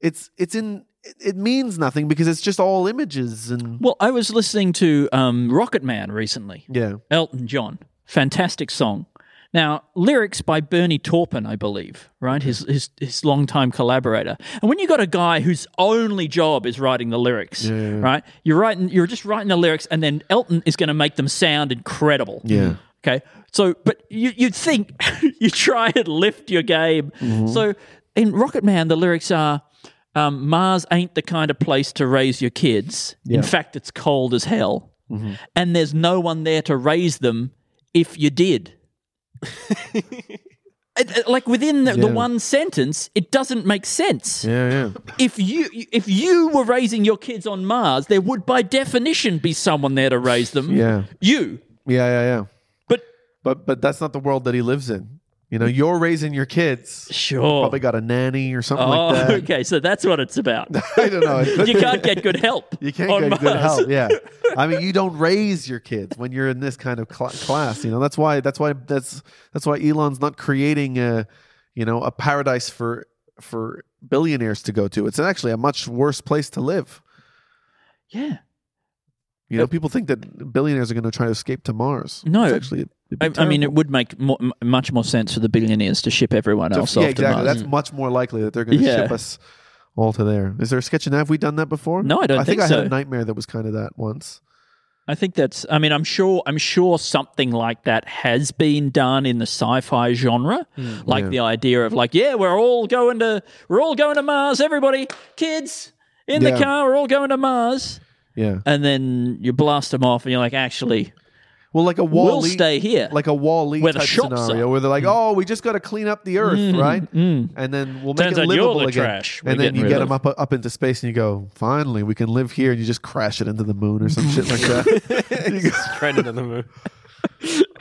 Speaker 3: it's it's in it, it means nothing because it's just all images and
Speaker 2: Well, I was listening to um, Rocket Man recently,
Speaker 3: yeah.
Speaker 2: Elton John. Fantastic song. Now, lyrics by Bernie Taupin, I believe, right? His, his, his longtime collaborator. And when you got a guy whose only job is writing the lyrics, right? You're writing, you're just writing the lyrics, and then Elton is going to make them sound incredible.
Speaker 3: Yeah.
Speaker 2: Okay. So, but you, you'd think *laughs* you try and lift your game. So in Rocket Man, the lyrics are um, Mars ain't the kind of place to raise your kids. In fact, it's cold as hell.
Speaker 3: Mm-hmm.
Speaker 2: And there's no one there to raise them if you
Speaker 3: *laughs*
Speaker 2: did. It- it- like within the, the
Speaker 3: Yeah.
Speaker 2: one sentence, it doesn't make sense.
Speaker 3: Yeah,
Speaker 2: If you if you were raising your kids on Mars, there would by definition be someone there to raise them.
Speaker 3: yeah,
Speaker 2: You.
Speaker 3: yeah, yeah, yeah, yeah.
Speaker 2: But
Speaker 3: But but that's not the world that he lives in. You know, you're raising your kids.
Speaker 2: sure.
Speaker 3: Probably got a nanny or something
Speaker 2: Oh,
Speaker 3: like that.
Speaker 2: *laughs* okay. So that's what it's about.
Speaker 3: *laughs* I don't know. It could
Speaker 2: you
Speaker 3: be-
Speaker 2: can't get good
Speaker 3: *laughs*
Speaker 2: help.
Speaker 3: You can't
Speaker 2: on
Speaker 3: get good
Speaker 2: Mars. *laughs*
Speaker 3: help. Yeah, I mean, you don't raise your kids when you're in this kind of cl- class. You know, that's why. That's why. That's that's why Elon's not creating a, you know, a paradise for for billionaires to go to. It's actually a much worse place to live.
Speaker 2: Yeah.
Speaker 3: You know, people think that billionaires are going to try to escape to Mars.
Speaker 2: No.
Speaker 3: it's actually. it'd be
Speaker 2: I, I mean,
Speaker 3: terrible.
Speaker 2: it would make mo m- much more sense for the billionaires to ship everyone else
Speaker 3: yeah,
Speaker 2: off to
Speaker 3: exactly.
Speaker 2: Mars.
Speaker 3: That's much more likely that they're going to
Speaker 2: Yeah.
Speaker 3: ship us all to there. Is there a sketch in that? Have we done that before?
Speaker 2: No, I don't
Speaker 3: I think,
Speaker 2: think
Speaker 3: I had
Speaker 2: so.
Speaker 3: a nightmare that was kind of that once.
Speaker 2: I think that's. I mean, I'm sure. I'm sure something like that has been done in the sci-fi genre, like
Speaker 3: Hmm. Yeah.
Speaker 2: the idea of like, yeah, we're all going to we're all going to Mars. Everybody, kids in
Speaker 3: Yeah.
Speaker 2: the car, we're all going to Mars.
Speaker 3: Yeah.
Speaker 2: And then you blast them off, and you're like, actually,
Speaker 3: Well, like a wall.
Speaker 2: we'll stay here.
Speaker 3: like a Wall-E
Speaker 2: Where the
Speaker 3: type
Speaker 2: shops
Speaker 3: scenario
Speaker 2: are. Mm. Mm-hmm,
Speaker 3: where they're like, "Oh, we just got to clean up the Earth, right? And then we'll make
Speaker 2: Turns
Speaker 3: it
Speaker 2: out you're
Speaker 3: livable
Speaker 2: the
Speaker 3: again."
Speaker 2: trash we're
Speaker 3: and then
Speaker 2: getting
Speaker 3: you
Speaker 2: rid
Speaker 3: get
Speaker 2: of.
Speaker 3: them up up into space, and you go, "Finally, we can live here." And you just crash it into the moon or some shit
Speaker 2: *laughs*
Speaker 3: like that.
Speaker 4: Trending in the moon.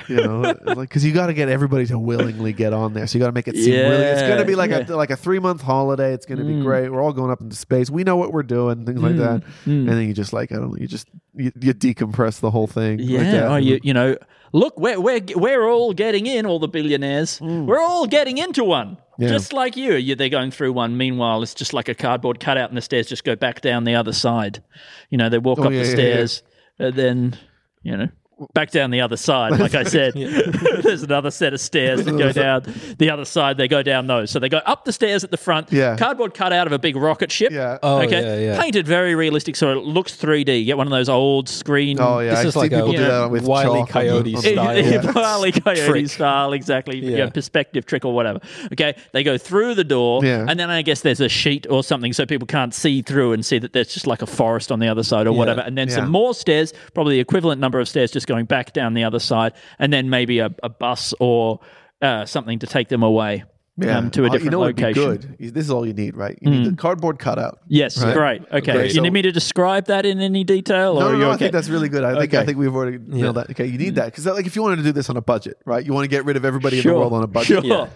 Speaker 3: You know, it's like because you got to get everybody to willingly get on there. So you got to make it seem really. It's
Speaker 2: Yeah,
Speaker 3: going to be like
Speaker 2: yeah. Mm.
Speaker 3: a like a three month holiday. It's going to be great. We're all going up into space. We know what we're doing, things like that.
Speaker 2: Mm.
Speaker 3: And then you just like I don't know, you just you, you decompress the whole thing. like
Speaker 2: Yeah.
Speaker 3: that.
Speaker 2: oh, you, you know, look, we're, we're, we're all getting in, all the billionaires. We're all getting into one.
Speaker 3: Mm. Yeah.
Speaker 2: Just like you. you. They're going through one. Meanwhile, it's just like a cardboard cutout and the stairs just go back down the other side. You know, they walk
Speaker 3: Oh,
Speaker 2: up
Speaker 3: yeah,
Speaker 2: the
Speaker 3: yeah, yeah.
Speaker 2: stairs and then, you know, back down the other side.
Speaker 3: *laughs*
Speaker 2: Like I said, *laughs* there's another set of stairs that go down the other side. They go down those. So they go up the stairs at the front,
Speaker 3: Yeah.
Speaker 2: cardboard cutout of a big rocket ship.
Speaker 3: yeah.
Speaker 4: Oh,
Speaker 2: okay.
Speaker 4: yeah, yeah.
Speaker 2: Painted very realistic, so it looks 3D. Get one of those old screen
Speaker 3: Oh yeah,
Speaker 4: This
Speaker 3: I
Speaker 4: is
Speaker 3: see
Speaker 4: like a
Speaker 3: people do that with
Speaker 4: Wile E.
Speaker 3: chalk on the-
Speaker 4: Coyote
Speaker 3: on the-
Speaker 4: style.
Speaker 2: *laughs* Yeah, Wile E. Coyote
Speaker 4: Trick.
Speaker 2: style, exactly. Yeah.
Speaker 4: Yeah.
Speaker 2: perspective trick or whatever. Okay, they go through the door,
Speaker 3: Yeah.
Speaker 2: and then I guess there's a sheet or something so people can't see through and see that there's just like a forest on the other side or whatever. And then
Speaker 3: Yeah.
Speaker 2: some more stairs, probably the equivalent number of stairs, just going back down the other side, and then maybe a, a bus or uh, something to take them away um, to a
Speaker 3: Uh,
Speaker 2: different
Speaker 3: you know what'd
Speaker 2: location. Mm.
Speaker 3: Be good. is- This is all you need, right? You need the cardboard cutout.
Speaker 2: Yes,
Speaker 3: Right.
Speaker 2: great. Okay,
Speaker 3: Great.
Speaker 2: you
Speaker 3: So-
Speaker 2: need me to describe that in any detail,
Speaker 3: No,
Speaker 2: or
Speaker 3: no,
Speaker 2: you
Speaker 3: no, I
Speaker 2: okay? Mm.
Speaker 3: think that's really good. I think I
Speaker 4: Okay.
Speaker 3: think we've already nailed that. Okay, you need that because like if you wanted to do this on a budget, right? You want to get rid of everybody in the world on a budget. Um,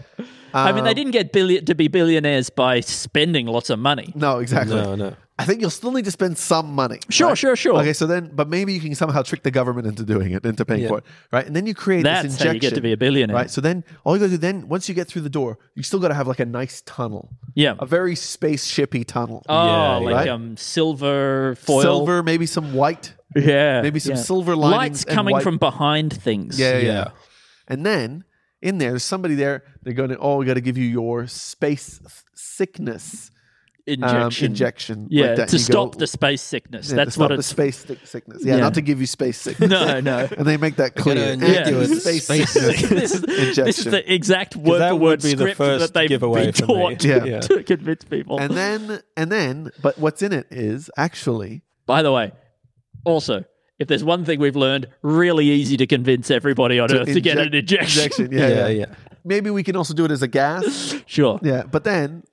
Speaker 2: Sure. I mean, they didn't get billion to be billionaires by spending lots of money.
Speaker 3: No, exactly.
Speaker 4: No, no.
Speaker 3: I think you'll still need to spend some money.
Speaker 2: Sure,
Speaker 3: right?
Speaker 2: sure, sure.
Speaker 3: Okay, so then, but maybe you can somehow trick the government into doing it, into paying
Speaker 4: Yeah.
Speaker 3: for it, right? And then you create this
Speaker 2: That's how
Speaker 3: injection.
Speaker 2: you get to be a billionaire.
Speaker 3: right? So then, all you got to do then, once you get through the door, you still got to have like a nice tunnel,
Speaker 2: Yeah.
Speaker 3: a very spaceshipy tunnel,
Speaker 2: Oh,
Speaker 4: Yeah,
Speaker 2: like
Speaker 3: right.
Speaker 2: um, silver foil.
Speaker 3: silver, maybe some white,
Speaker 2: Yeah.
Speaker 3: maybe some
Speaker 2: yeah.
Speaker 3: silver linings
Speaker 2: Lights
Speaker 3: and
Speaker 2: coming
Speaker 3: white-
Speaker 2: from behind things.
Speaker 3: Yeah, um, yeah. yeah.
Speaker 4: Yeah.
Speaker 3: And then in there, there's somebody there. They're going to, oh, we got to give you your space th- sickness um,
Speaker 2: Injection.
Speaker 3: injection.
Speaker 2: Yeah.
Speaker 3: like that.
Speaker 2: to
Speaker 3: You
Speaker 2: stop
Speaker 3: go-
Speaker 2: the space sickness.
Speaker 3: yeah, to
Speaker 2: That's
Speaker 3: stop
Speaker 2: what
Speaker 3: the
Speaker 2: it's.
Speaker 3: space sick- sickness. Yeah,
Speaker 2: Yeah.
Speaker 3: not to give you space
Speaker 2: *laughs*
Speaker 3: sickness.
Speaker 2: no,
Speaker 3: *laughs*
Speaker 2: no.
Speaker 3: And they make that clear.
Speaker 4: Gonna
Speaker 3: And
Speaker 2: Yeah.
Speaker 3: give you *laughs* space sickness.
Speaker 2: *laughs* this, is, this is
Speaker 3: Injection.
Speaker 2: the exact word
Speaker 4: that
Speaker 2: for
Speaker 4: would
Speaker 2: word
Speaker 4: be the
Speaker 2: script
Speaker 4: first
Speaker 2: that they've
Speaker 4: giveaway
Speaker 2: been
Speaker 4: for me.
Speaker 2: taught
Speaker 3: Yeah.
Speaker 4: Yeah.
Speaker 2: *laughs* to convince people.
Speaker 3: and then, and then, but what's in it is actually
Speaker 2: By the way, also, if there's one thing we've learned, really easy to convince everybody on Earth to get
Speaker 3: inject-
Speaker 2: an injection.
Speaker 3: injection. Yeah,
Speaker 4: *laughs*
Speaker 3: yeah,
Speaker 4: Yeah, yeah.
Speaker 3: Maybe we can also do it as a gas.
Speaker 2: *laughs* Sure.
Speaker 3: yeah, but then,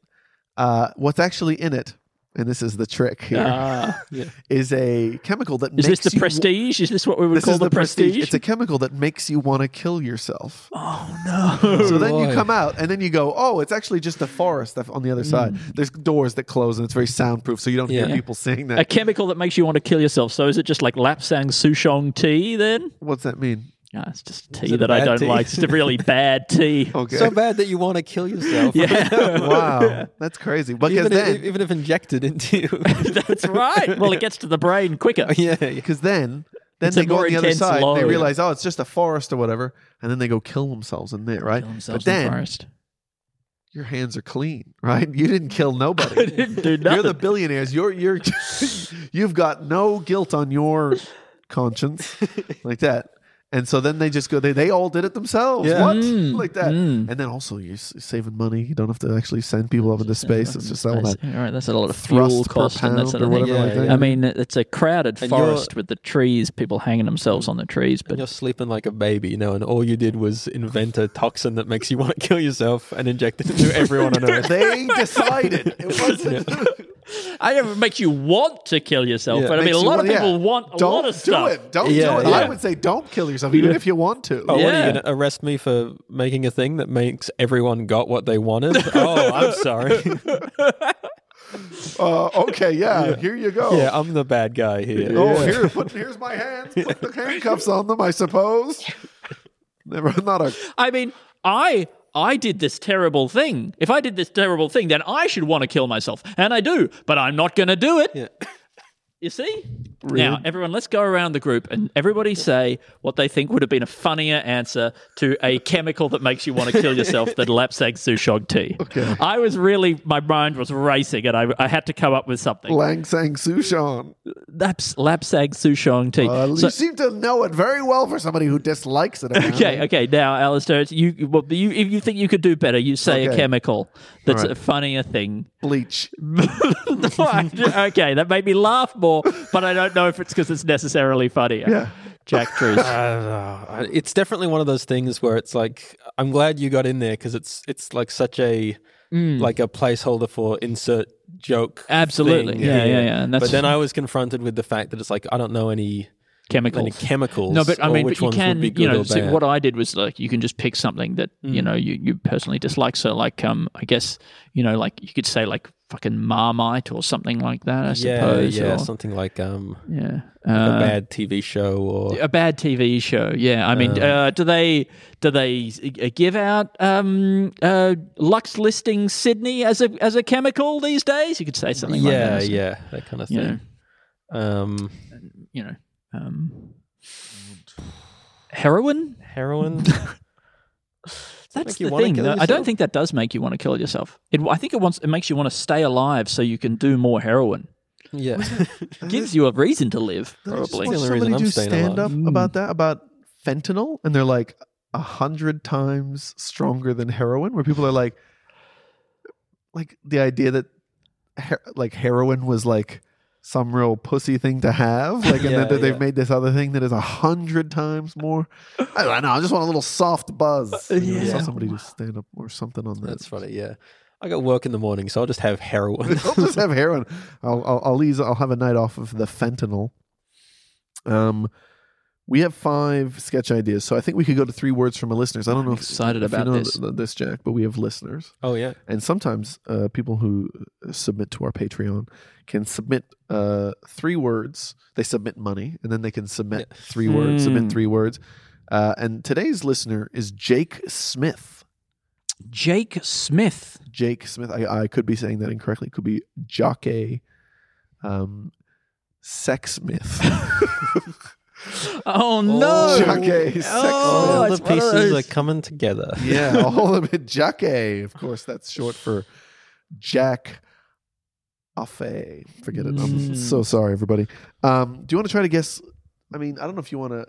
Speaker 3: uh, what's actually in it and this is the trick here, is
Speaker 2: Ah, yeah.
Speaker 3: a chemical that
Speaker 2: Is
Speaker 3: makes
Speaker 2: this the
Speaker 3: you wa-
Speaker 2: prestige? Is this what we would
Speaker 3: This
Speaker 2: call
Speaker 3: is
Speaker 2: the, prestige?
Speaker 3: It's a chemical that makes you want to kill yourself.
Speaker 2: oh no!
Speaker 3: so then you
Speaker 4: boy.
Speaker 3: come out, and then you go, oh, it's actually just a forest that- on the other side.
Speaker 2: Mm.
Speaker 3: There's doors that close, and it's very soundproof, so you don't
Speaker 4: Yeah.
Speaker 3: hear people saying
Speaker 2: A
Speaker 3: that.
Speaker 2: chemical that makes you want to kill yourself. So is it just like Lapsang Souchong tea then?
Speaker 3: What's that mean?
Speaker 2: No, it's just tea
Speaker 4: it
Speaker 2: that I
Speaker 4: bad
Speaker 2: don't
Speaker 4: tea?
Speaker 2: like. It's just a
Speaker 3: *laughs*
Speaker 2: really bad tea.
Speaker 3: Okay.
Speaker 4: So bad that you want to kill yourself.
Speaker 2: *laughs*
Speaker 4: *laughs*
Speaker 2: Yeah,
Speaker 3: *laughs* wow, that's crazy. Because
Speaker 4: even,
Speaker 3: then,
Speaker 4: if, even if injected into you. *laughs*
Speaker 2: that's right. Well, it gets to the brain quicker.
Speaker 4: yeah.
Speaker 2: *laughs*
Speaker 3: because then then
Speaker 2: It's a
Speaker 3: they go
Speaker 2: more
Speaker 3: on the other
Speaker 2: intense
Speaker 3: side
Speaker 2: load.
Speaker 3: they realize oh it's just a forest or whatever and then they go kill themselves in there *laughs* right
Speaker 2: Kill themselves
Speaker 3: but
Speaker 2: in the
Speaker 3: then
Speaker 2: forest. *laughs*
Speaker 3: your hands are clean *laughs* right you didn't kill
Speaker 2: *laughs*
Speaker 3: nobody
Speaker 2: Didn't do
Speaker 3: you're
Speaker 2: nothing.
Speaker 3: the billionaires you're you're
Speaker 2: *laughs*
Speaker 3: *laughs* you've got no guilt on your conscience like that and so then they just go they, they all did it themselves
Speaker 4: Yeah.
Speaker 3: what
Speaker 2: Mm,
Speaker 3: like that
Speaker 2: mm.
Speaker 3: and then also you're s- saving money you don't have to actually send people up into space it's just all
Speaker 2: Nice.
Speaker 3: that
Speaker 2: All right, that's a lot of
Speaker 3: thrust
Speaker 2: fuel
Speaker 3: per
Speaker 2: cost and that
Speaker 3: pound
Speaker 2: sort
Speaker 3: or
Speaker 2: of thing.
Speaker 3: whatever
Speaker 4: Yeah,
Speaker 3: like that.
Speaker 4: yeah.
Speaker 2: I mean, it's a crowded
Speaker 4: And you're-
Speaker 2: forest with the trees, people hanging themselves on the trees.
Speaker 4: And
Speaker 2: But
Speaker 4: you're sleeping like a baby, you know, and all you did was invent a toxin that makes you want to kill yourself and inject it into everyone on Earth.
Speaker 3: they decided
Speaker 2: *laughs*
Speaker 3: it wasn't
Speaker 2: I never make you want to kill yourself.
Speaker 4: Yeah,
Speaker 2: but I mean,
Speaker 3: makes
Speaker 2: a
Speaker 3: you
Speaker 2: lot of
Speaker 3: want- yeah.
Speaker 2: people want a
Speaker 3: don't
Speaker 2: lot of
Speaker 3: do
Speaker 2: stuff.
Speaker 3: it. Don't
Speaker 4: Yeah,
Speaker 3: do it. I
Speaker 4: yeah.
Speaker 3: would say don't kill yourself, even if you want to.
Speaker 4: Oh, what are
Speaker 2: Yeah.
Speaker 4: you going to arrest me for making a thing that makes everyone got what
Speaker 2: *laughs*
Speaker 4: they wanted? oh, I'm sorry.
Speaker 3: *laughs* Uh, okay, yeah, Here you go.
Speaker 4: yeah, I'm the bad guy here.
Speaker 3: Oh, here, put, here's my hands. Put the handcuffs on them, I suppose. *laughs* Never, not a.
Speaker 2: I mean, I I did this terrible thing. If I did this terrible thing, then I should want to kill myself, and I do. But I'm not going to do it.
Speaker 4: Yeah.
Speaker 2: *coughs* You see? Now, everyone, let's go around the group and everybody say what they think would have been a funnier answer to a chemical that makes you want to kill yourself than *laughs* Lapsang Souchong tea. Okay. I was really, my mind was racing and I, I had to come up with something.
Speaker 3: Lang Sang Sushan.
Speaker 2: Laps, Lapsang Souchong tea.
Speaker 3: Uh,
Speaker 2: So-
Speaker 3: you seem to know it very well for somebody who dislikes *laughs* it. apparently.
Speaker 2: Okay, okay. Now, Alistair, it's you, well, you, if you think you could do better, you say a
Speaker 3: Okay.
Speaker 2: chemical that's
Speaker 3: Alright.
Speaker 2: a funnier thing. *laughs*
Speaker 3: Bleach.
Speaker 2: okay, that made me laugh more, but I don't know if it's because it's necessarily funnier.
Speaker 3: Yeah.
Speaker 2: Jack Truce.
Speaker 4: Uh, it's definitely one of those things where it's like I'm glad you got in there because it's it's like such a
Speaker 2: Mm.
Speaker 4: like a placeholder for insert joke.
Speaker 2: Absolutely.
Speaker 4: thing
Speaker 2: Yeah,
Speaker 4: here.
Speaker 2: yeah, yeah. And that's-
Speaker 4: but then I was confronted with the fact that it's like I don't know any
Speaker 2: chemical.
Speaker 4: any chemicals.
Speaker 2: No, but I
Speaker 4: or
Speaker 2: mean,
Speaker 4: which
Speaker 2: but you
Speaker 4: ones
Speaker 2: can,
Speaker 4: would be good
Speaker 2: you know,
Speaker 4: or
Speaker 2: so
Speaker 4: bad. Mm.
Speaker 2: what I did was like, you can just pick something that, you know, you, you personally dislike. So, like, um, I guess, you know, like you could say like fucking Marmite or something like that, I
Speaker 4: yeah,
Speaker 2: suppose.
Speaker 4: yeah,
Speaker 2: or-
Speaker 4: something like um
Speaker 2: yeah.
Speaker 4: a
Speaker 2: Uh,
Speaker 4: bad TV show or
Speaker 2: a bad TV show. Yeah, I mean, uh, do they do they uh, give out um, uh, Lux listing Sydney as a as a chemical these days? You could say something like
Speaker 4: yeah,
Speaker 2: that. so,
Speaker 4: yeah, that kind of
Speaker 2: You
Speaker 4: thing.
Speaker 2: know,
Speaker 4: Um,
Speaker 2: you know, um, heroin.
Speaker 4: heroin.
Speaker 2: That's
Speaker 4: make you
Speaker 2: the
Speaker 4: wanna
Speaker 2: thing.
Speaker 4: kill
Speaker 2: though. I don't
Speaker 4: yourself?
Speaker 2: think that does make you want to kill yourself. It, I think it wants it makes you want to stay alive so you can do more heroin.
Speaker 4: *laughs* yeah,
Speaker 2: Gives you a reason to live,
Speaker 3: Did I just
Speaker 2: probably.
Speaker 3: watch
Speaker 4: It's the
Speaker 3: somebody
Speaker 4: only reason I'm
Speaker 3: do
Speaker 4: staying
Speaker 3: stand up
Speaker 4: alive.
Speaker 3: about that about fentanyl, and they're like a hundred times stronger than heroin. Where people are like, like the idea that he- like heroin was like some real pussy thing to have, like, and
Speaker 4: Yeah,
Speaker 3: then that they've
Speaker 4: yeah.
Speaker 3: made this other thing that is a hundred times more. I don't know. I just want a little soft
Speaker 4: *laughs*
Speaker 3: buzz. And I saw
Speaker 4: Yeah.
Speaker 3: somebody do stand up or something on that.
Speaker 4: that's funny. Yeah, I got work in the morning, so I'll just have heroin.
Speaker 3: *laughs* I'll just have heroin. I'll, I'll, I'll ease. I'll have a night off of the fentanyl. Um, we have five sketch ideas, so I think we could go to three words from a listeners. I don't know.
Speaker 2: I'm excited
Speaker 3: if,
Speaker 2: about
Speaker 3: you know
Speaker 2: this.
Speaker 3: th- this, Jack, but we have listeners,
Speaker 4: *laughs* oh yeah.
Speaker 3: and sometimes uh, people who submit to our Patreon can submit uh, three words. They submit money, and then they can submit three words.
Speaker 2: Hmm.
Speaker 3: Submit three words. Uh, and today's listener is Jake Smith.
Speaker 2: Jake Smith.
Speaker 3: Jake Smith. I, I could be saying that incorrectly. It could be Jockey um,
Speaker 2: *laughs*
Speaker 3: Sexsmith.
Speaker 2: Oh no!
Speaker 3: Jockey Sexsmith.
Speaker 2: Oh,
Speaker 4: *laughs* all the
Speaker 2: it's one of
Speaker 4: pieces are
Speaker 2: those-
Speaker 4: coming together.
Speaker 3: yeah, all of it. Jockey. Of course, that's short for Jack Affe. Forget it. I'm
Speaker 2: Mm.
Speaker 3: so sorry, everybody. Um, do you want to try to guess? I mean, I don't know if you want to.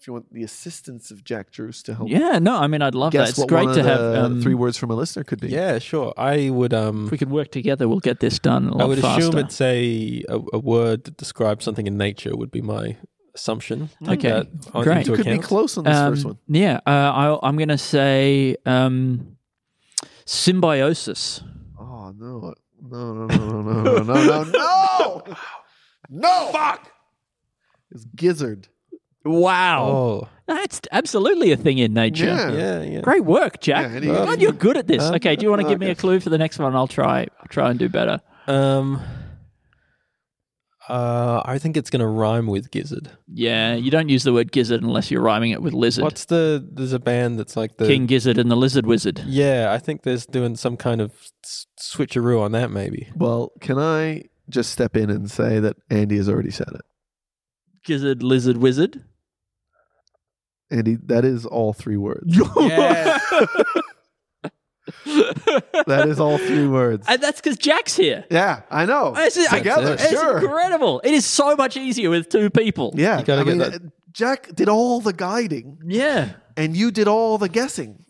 Speaker 3: If you want the assistance of Jack Drews to help
Speaker 2: Yeah, no, I mean, I'd love
Speaker 3: guess
Speaker 2: that. It's
Speaker 3: what
Speaker 2: great
Speaker 3: one
Speaker 2: to
Speaker 3: of
Speaker 2: have
Speaker 3: the
Speaker 2: um,
Speaker 3: three words from a listener could be.
Speaker 4: Yeah, sure. I would um
Speaker 2: If we could work together, we'll get this done a lot
Speaker 4: I would
Speaker 2: faster.
Speaker 4: assume it's a, a a word that describes something in nature would be my assumption. Take
Speaker 2: Okay,
Speaker 4: that on-
Speaker 2: great.
Speaker 4: into
Speaker 3: you could be
Speaker 4: account.
Speaker 3: close on this
Speaker 2: Um,
Speaker 3: first one.
Speaker 2: Yeah, uh, I, I'm going to say um, symbiosis.
Speaker 3: Oh no, No, no, no, no, no, no, no, no, no, *laughs* no! Fuck! It's gizzard.
Speaker 2: Wow.
Speaker 4: Oh,
Speaker 2: That's absolutely a thing in nature.
Speaker 3: Yeah.
Speaker 4: yeah, yeah.
Speaker 2: Great work, Jack.
Speaker 3: Yeah, any- Well,
Speaker 2: God, you're good at this.
Speaker 4: um,
Speaker 2: okay, do you want to
Speaker 3: I
Speaker 2: give me a
Speaker 3: guess.
Speaker 2: clue for the next one? I'll try. I'll try and do better.
Speaker 4: Um, uh, I think it's going to rhyme with gizzard.
Speaker 2: Yeah, you don't use the word gizzard unless you're rhyming it with lizard.
Speaker 4: What's the? There's a band that's like the
Speaker 2: King Gizzard and the Lizard Wizard.
Speaker 4: Yeah, I think there's doing some kind of s- switcheroo on that. Maybe
Speaker 3: Well, can I just step in and say that Andy has already said it?
Speaker 2: Gizzard, lizard, wizard.
Speaker 3: Andy, that is all three words.
Speaker 4: Yes.
Speaker 3: *laughs* that is all three words.
Speaker 2: and that's because Jack's here.
Speaker 3: yeah, I know.
Speaker 2: It's,
Speaker 3: Together,
Speaker 2: it's
Speaker 3: sure.
Speaker 2: incredible. It is so much easier with two people.
Speaker 3: Yeah,
Speaker 4: You gotta
Speaker 3: I
Speaker 4: get
Speaker 3: mean,
Speaker 4: that-
Speaker 3: uh, Jack did all the guiding,
Speaker 2: Yeah.
Speaker 3: and you did all the guessing,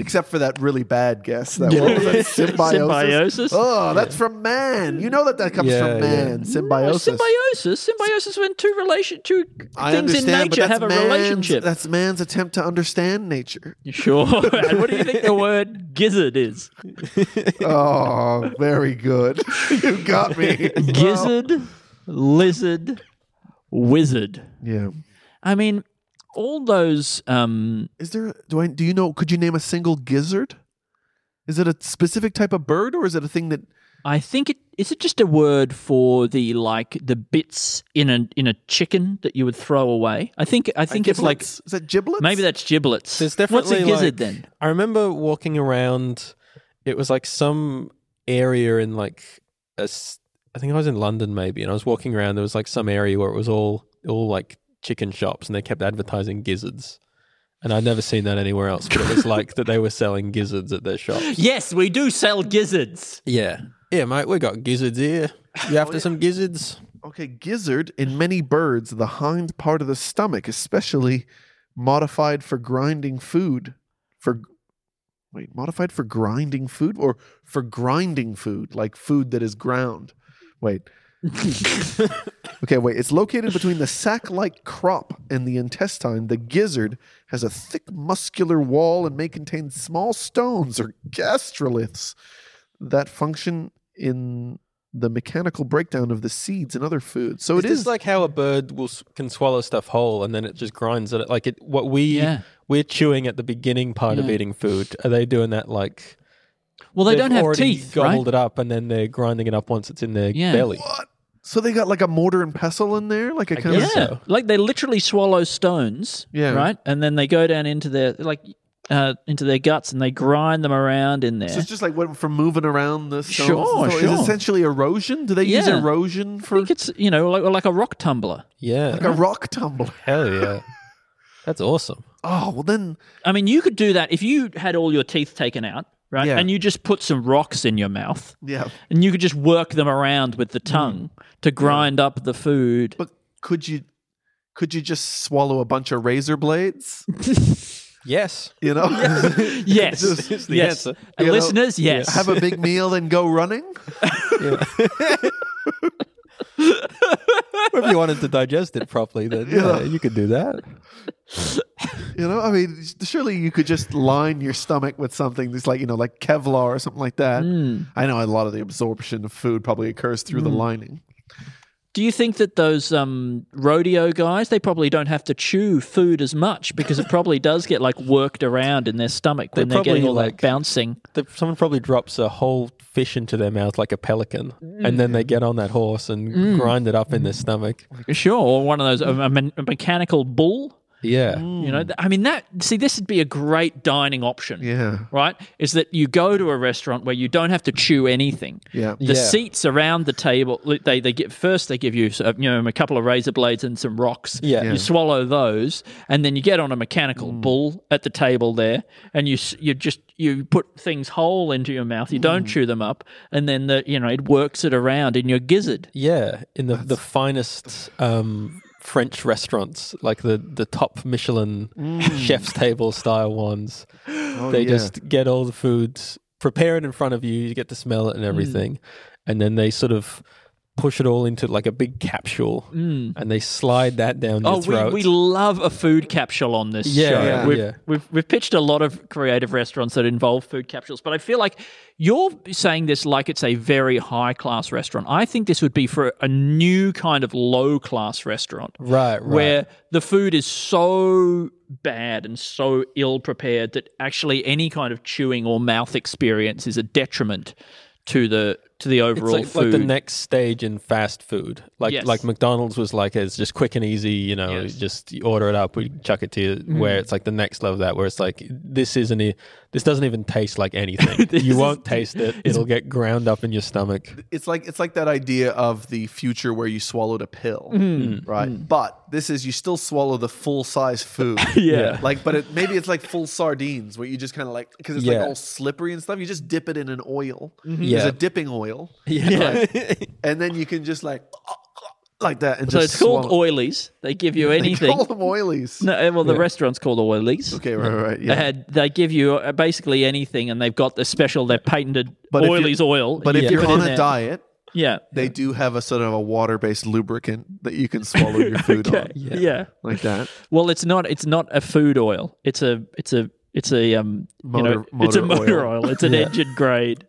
Speaker 3: except for that really bad guess. That, what was *laughs* that? Symbiosis.
Speaker 2: Symbiosis.
Speaker 3: Oh, that's from man. You know that that comes
Speaker 4: Yeah,
Speaker 3: from
Speaker 4: yeah.
Speaker 3: man.
Speaker 2: No,
Speaker 3: Symbiosis.
Speaker 2: symbiosis. Symbiosis when two relation two
Speaker 3: I
Speaker 2: things in
Speaker 3: understand, but
Speaker 2: nature
Speaker 3: that's
Speaker 2: have a
Speaker 3: man's-
Speaker 2: relationship.
Speaker 3: That's man's attempt to understand nature. *laughs*
Speaker 2: Sure. *laughs* and what do you think the word gizzard is?
Speaker 3: Oh, very good. *laughs* you got
Speaker 2: *laughs*
Speaker 3: me.
Speaker 2: Gizzard, lizard, wizard.
Speaker 3: Yeah.
Speaker 2: I mean, all those um,
Speaker 3: Is there? Do I? Do you know? Could you name a single gizzard? Is it a specific type of bird, or is it a thing that?
Speaker 2: I think it is it just a word for the like the bits in a in a chicken that you would throw away. I think I think it's like
Speaker 3: giblets? is that giblets?
Speaker 2: maybe that's giblets.
Speaker 4: there's definitely
Speaker 2: What's a gizzard
Speaker 4: like-
Speaker 2: then?
Speaker 4: I remember walking around. It was like some area in like a s- I think I was in London maybe, and I was walking around. There was like some area where it was all all like chicken shops, and they kept advertising gizzards. And I'd never seen that anywhere else, but it was like that they were selling gizzards at their
Speaker 2: *laughs*
Speaker 4: shops.
Speaker 2: Yes, we do sell gizzards.
Speaker 4: Yeah, yeah, mate, we got gizzards here. You
Speaker 2: Oh,
Speaker 4: after some gizzards?
Speaker 3: Okay, gizzard in many birds, the hind part of the stomach, especially modified for grinding food. For wait, modified for grinding food or for grinding food, like food that is ground.
Speaker 4: *laughs*
Speaker 3: Wait. okay, wait. It's located between the sac-like crop and the intestine. The gizzard has a thick muscular wall and may contain small stones or gastroliths that function in the mechanical breakdown of the seeds and other foods. So
Speaker 2: Oh,
Speaker 4: It is
Speaker 3: it is
Speaker 4: like how a bird will s- can swallow stuff whole, and then it just grinds at it. Like it, what we
Speaker 2: Yeah.
Speaker 4: we're chewing at the beginning part of
Speaker 2: Yeah.
Speaker 4: eating food. Are they doing that like
Speaker 2: Well, they
Speaker 4: they've
Speaker 2: don't have
Speaker 4: already
Speaker 2: teeth, right?
Speaker 4: Gobbled it up, and then they're grinding it up once it's in their
Speaker 2: Yeah.
Speaker 4: belly.
Speaker 3: What? So they got like a mortar and pestle in there, like a kind
Speaker 2: Yeah,
Speaker 3: of
Speaker 4: so.
Speaker 2: like they literally swallow stones,
Speaker 3: Yeah.
Speaker 2: right, and then they go down into their like uh, into their guts and they grind them around in there.
Speaker 3: So it's just like what from moving around the stones.
Speaker 2: Sure,
Speaker 3: so
Speaker 2: sure.
Speaker 3: It's essentially erosion. Do they use
Speaker 2: Yeah.
Speaker 3: erosion
Speaker 2: I
Speaker 3: for
Speaker 2: think it's you know like, like a rock tumbler.
Speaker 4: Yeah,
Speaker 3: like a *laughs*
Speaker 2: Uh-huh.
Speaker 3: rock tumbler?
Speaker 4: hell yeah, that's awesome.
Speaker 3: Oh well, then
Speaker 2: I mean, you could do that if you had all your teeth taken out, right,
Speaker 3: Yeah.
Speaker 2: and you just put some rocks in your mouth,
Speaker 3: yeah.
Speaker 2: and you could just work them around with the tongue to grind up the food.
Speaker 3: But *laughs* could you could you just swallow a bunch of razor blades?
Speaker 4: Yes,
Speaker 3: You
Speaker 2: *laughs*
Speaker 3: know,
Speaker 2: *laughs* yes,
Speaker 4: it's the
Speaker 2: yes,
Speaker 4: answer.
Speaker 2: And
Speaker 3: *laughs* You know,
Speaker 2: listeners, yes,
Speaker 3: have a
Speaker 2: *laughs*
Speaker 3: big meal and go running. *laughs*
Speaker 4: if you wanted to digest it properly, then yeah, you could do that.
Speaker 3: You know, I mean, surely you could just line your stomach with something that's like you know, like Kevlar or something like that.
Speaker 2: Hmm.
Speaker 3: I know a lot of the absorption of food probably occurs through the lining.
Speaker 2: Do you think that those um, rodeo guys they probably don't have to chew food as much because it probably does get like worked around in their stomach when
Speaker 4: They
Speaker 2: they're getting
Speaker 4: probably,
Speaker 2: all
Speaker 4: like-
Speaker 2: that bouncing?
Speaker 4: The, someone probably drops a whole fish into their mouth like a pelican, and then they
Speaker 2: Mm.
Speaker 4: get on that horse and grind it up in their stomach.
Speaker 2: Sure, or one of those a, a me- a mechanical bull.
Speaker 4: Yeah,
Speaker 2: You
Speaker 3: Mm.
Speaker 2: know, th- I mean that. See, this would be a great dining option.
Speaker 3: Yeah,
Speaker 2: Right, is that you go to a restaurant where you don't have to chew anything.
Speaker 3: yeah.
Speaker 2: The
Speaker 4: Yeah.
Speaker 2: seats around the table, li- they they get first they give you uh, you know a couple of razor blades and some rocks.
Speaker 4: Yeah. Yeah.
Speaker 2: you swallow those, and then you get on a mechanical
Speaker 3: Mm.
Speaker 2: bull at the table there, and you s- you just you put things whole into your mouth. You
Speaker 3: Mm.
Speaker 2: don't chew them up, and then the you know it works it around in your gizzard.
Speaker 4: Yeah, in the, the finest um, French restaurants, like the, the top Michelin
Speaker 2: Mm.
Speaker 4: chef's table style ones.
Speaker 2: Oh,
Speaker 4: they
Speaker 3: yeah.
Speaker 4: just get all the
Speaker 2: Mm.
Speaker 4: foods, prepare it in front of you, you get to smell it and everything. And then they sort of push it all into like a big capsule and they slide that down your
Speaker 2: Mm. Oh,
Speaker 4: throat.
Speaker 2: we, we love a food capsule on this
Speaker 4: Yeah,
Speaker 2: show.
Speaker 4: yeah,
Speaker 2: we've,
Speaker 4: yeah.
Speaker 2: We've, we've pitched a lot of creative restaurants that involve food capsules, but I feel like you're saying this like it's a very high class restaurant. I think this would be for a new kind of low class restaurant.
Speaker 4: Right, right.
Speaker 2: Where the food is so bad and so ill prepared that actually any kind of chewing or mouth experience is a detriment to the to the
Speaker 4: it's
Speaker 2: overall
Speaker 4: like, like
Speaker 2: food.
Speaker 4: the next stage in fast food. Like
Speaker 2: Yes.
Speaker 4: like McDonald's was like it's just quick and easy, you know,
Speaker 2: Yes.
Speaker 4: just you order it up, we chuck it to you. Where it's like the next level of that, where it's like this isn't e- this doesn't even taste
Speaker 3: *laughs*
Speaker 4: like anything. you won't taste it. It'll get ground up in your stomach.
Speaker 3: it's like it's like that idea of the future where you swallowed a pill,
Speaker 2: Mm-hmm.
Speaker 3: right? But this is you still swallow the full size food,
Speaker 2: *laughs* Yeah.
Speaker 3: Like, but it, maybe it's like full sardines where you just kind of like because it's
Speaker 4: Yeah.
Speaker 3: like all slippery and stuff. You just dip it in an oil.
Speaker 2: Mm-hmm.
Speaker 3: There's
Speaker 4: Yeah.
Speaker 3: a dipping oil,
Speaker 4: *laughs* Yeah.
Speaker 3: and then you can just like like that and
Speaker 2: so
Speaker 3: just
Speaker 2: it's called
Speaker 3: swallow.
Speaker 2: oilies. They give
Speaker 4: *laughs*
Speaker 2: you
Speaker 3: They
Speaker 2: anything.
Speaker 3: call them oilies.
Speaker 2: No, Uh-huh. uh, well, the restaurant's called Oilies.
Speaker 3: Okay, right, right, right, yeah.
Speaker 2: And they give you uh, basically anything, and they've got the special, they've patented
Speaker 3: But if you-
Speaker 2: Oilies oil.
Speaker 3: But
Speaker 2: You
Speaker 3: if
Speaker 2: dip
Speaker 3: you're
Speaker 2: it in
Speaker 3: on
Speaker 2: *laughs*
Speaker 3: a
Speaker 2: there.
Speaker 3: diet,
Speaker 2: yeah,
Speaker 3: they do have a sort of a water based lubricant that you can swallow
Speaker 2: *laughs*
Speaker 3: your food
Speaker 2: Okay,
Speaker 3: on,
Speaker 2: yeah.
Speaker 3: like that.
Speaker 2: Well, it's not it's not a food oil. It's a it's a it's a um you know
Speaker 3: Motor-
Speaker 2: it's a
Speaker 3: motor
Speaker 2: motor
Speaker 3: oil.
Speaker 2: oil. It's an engine grade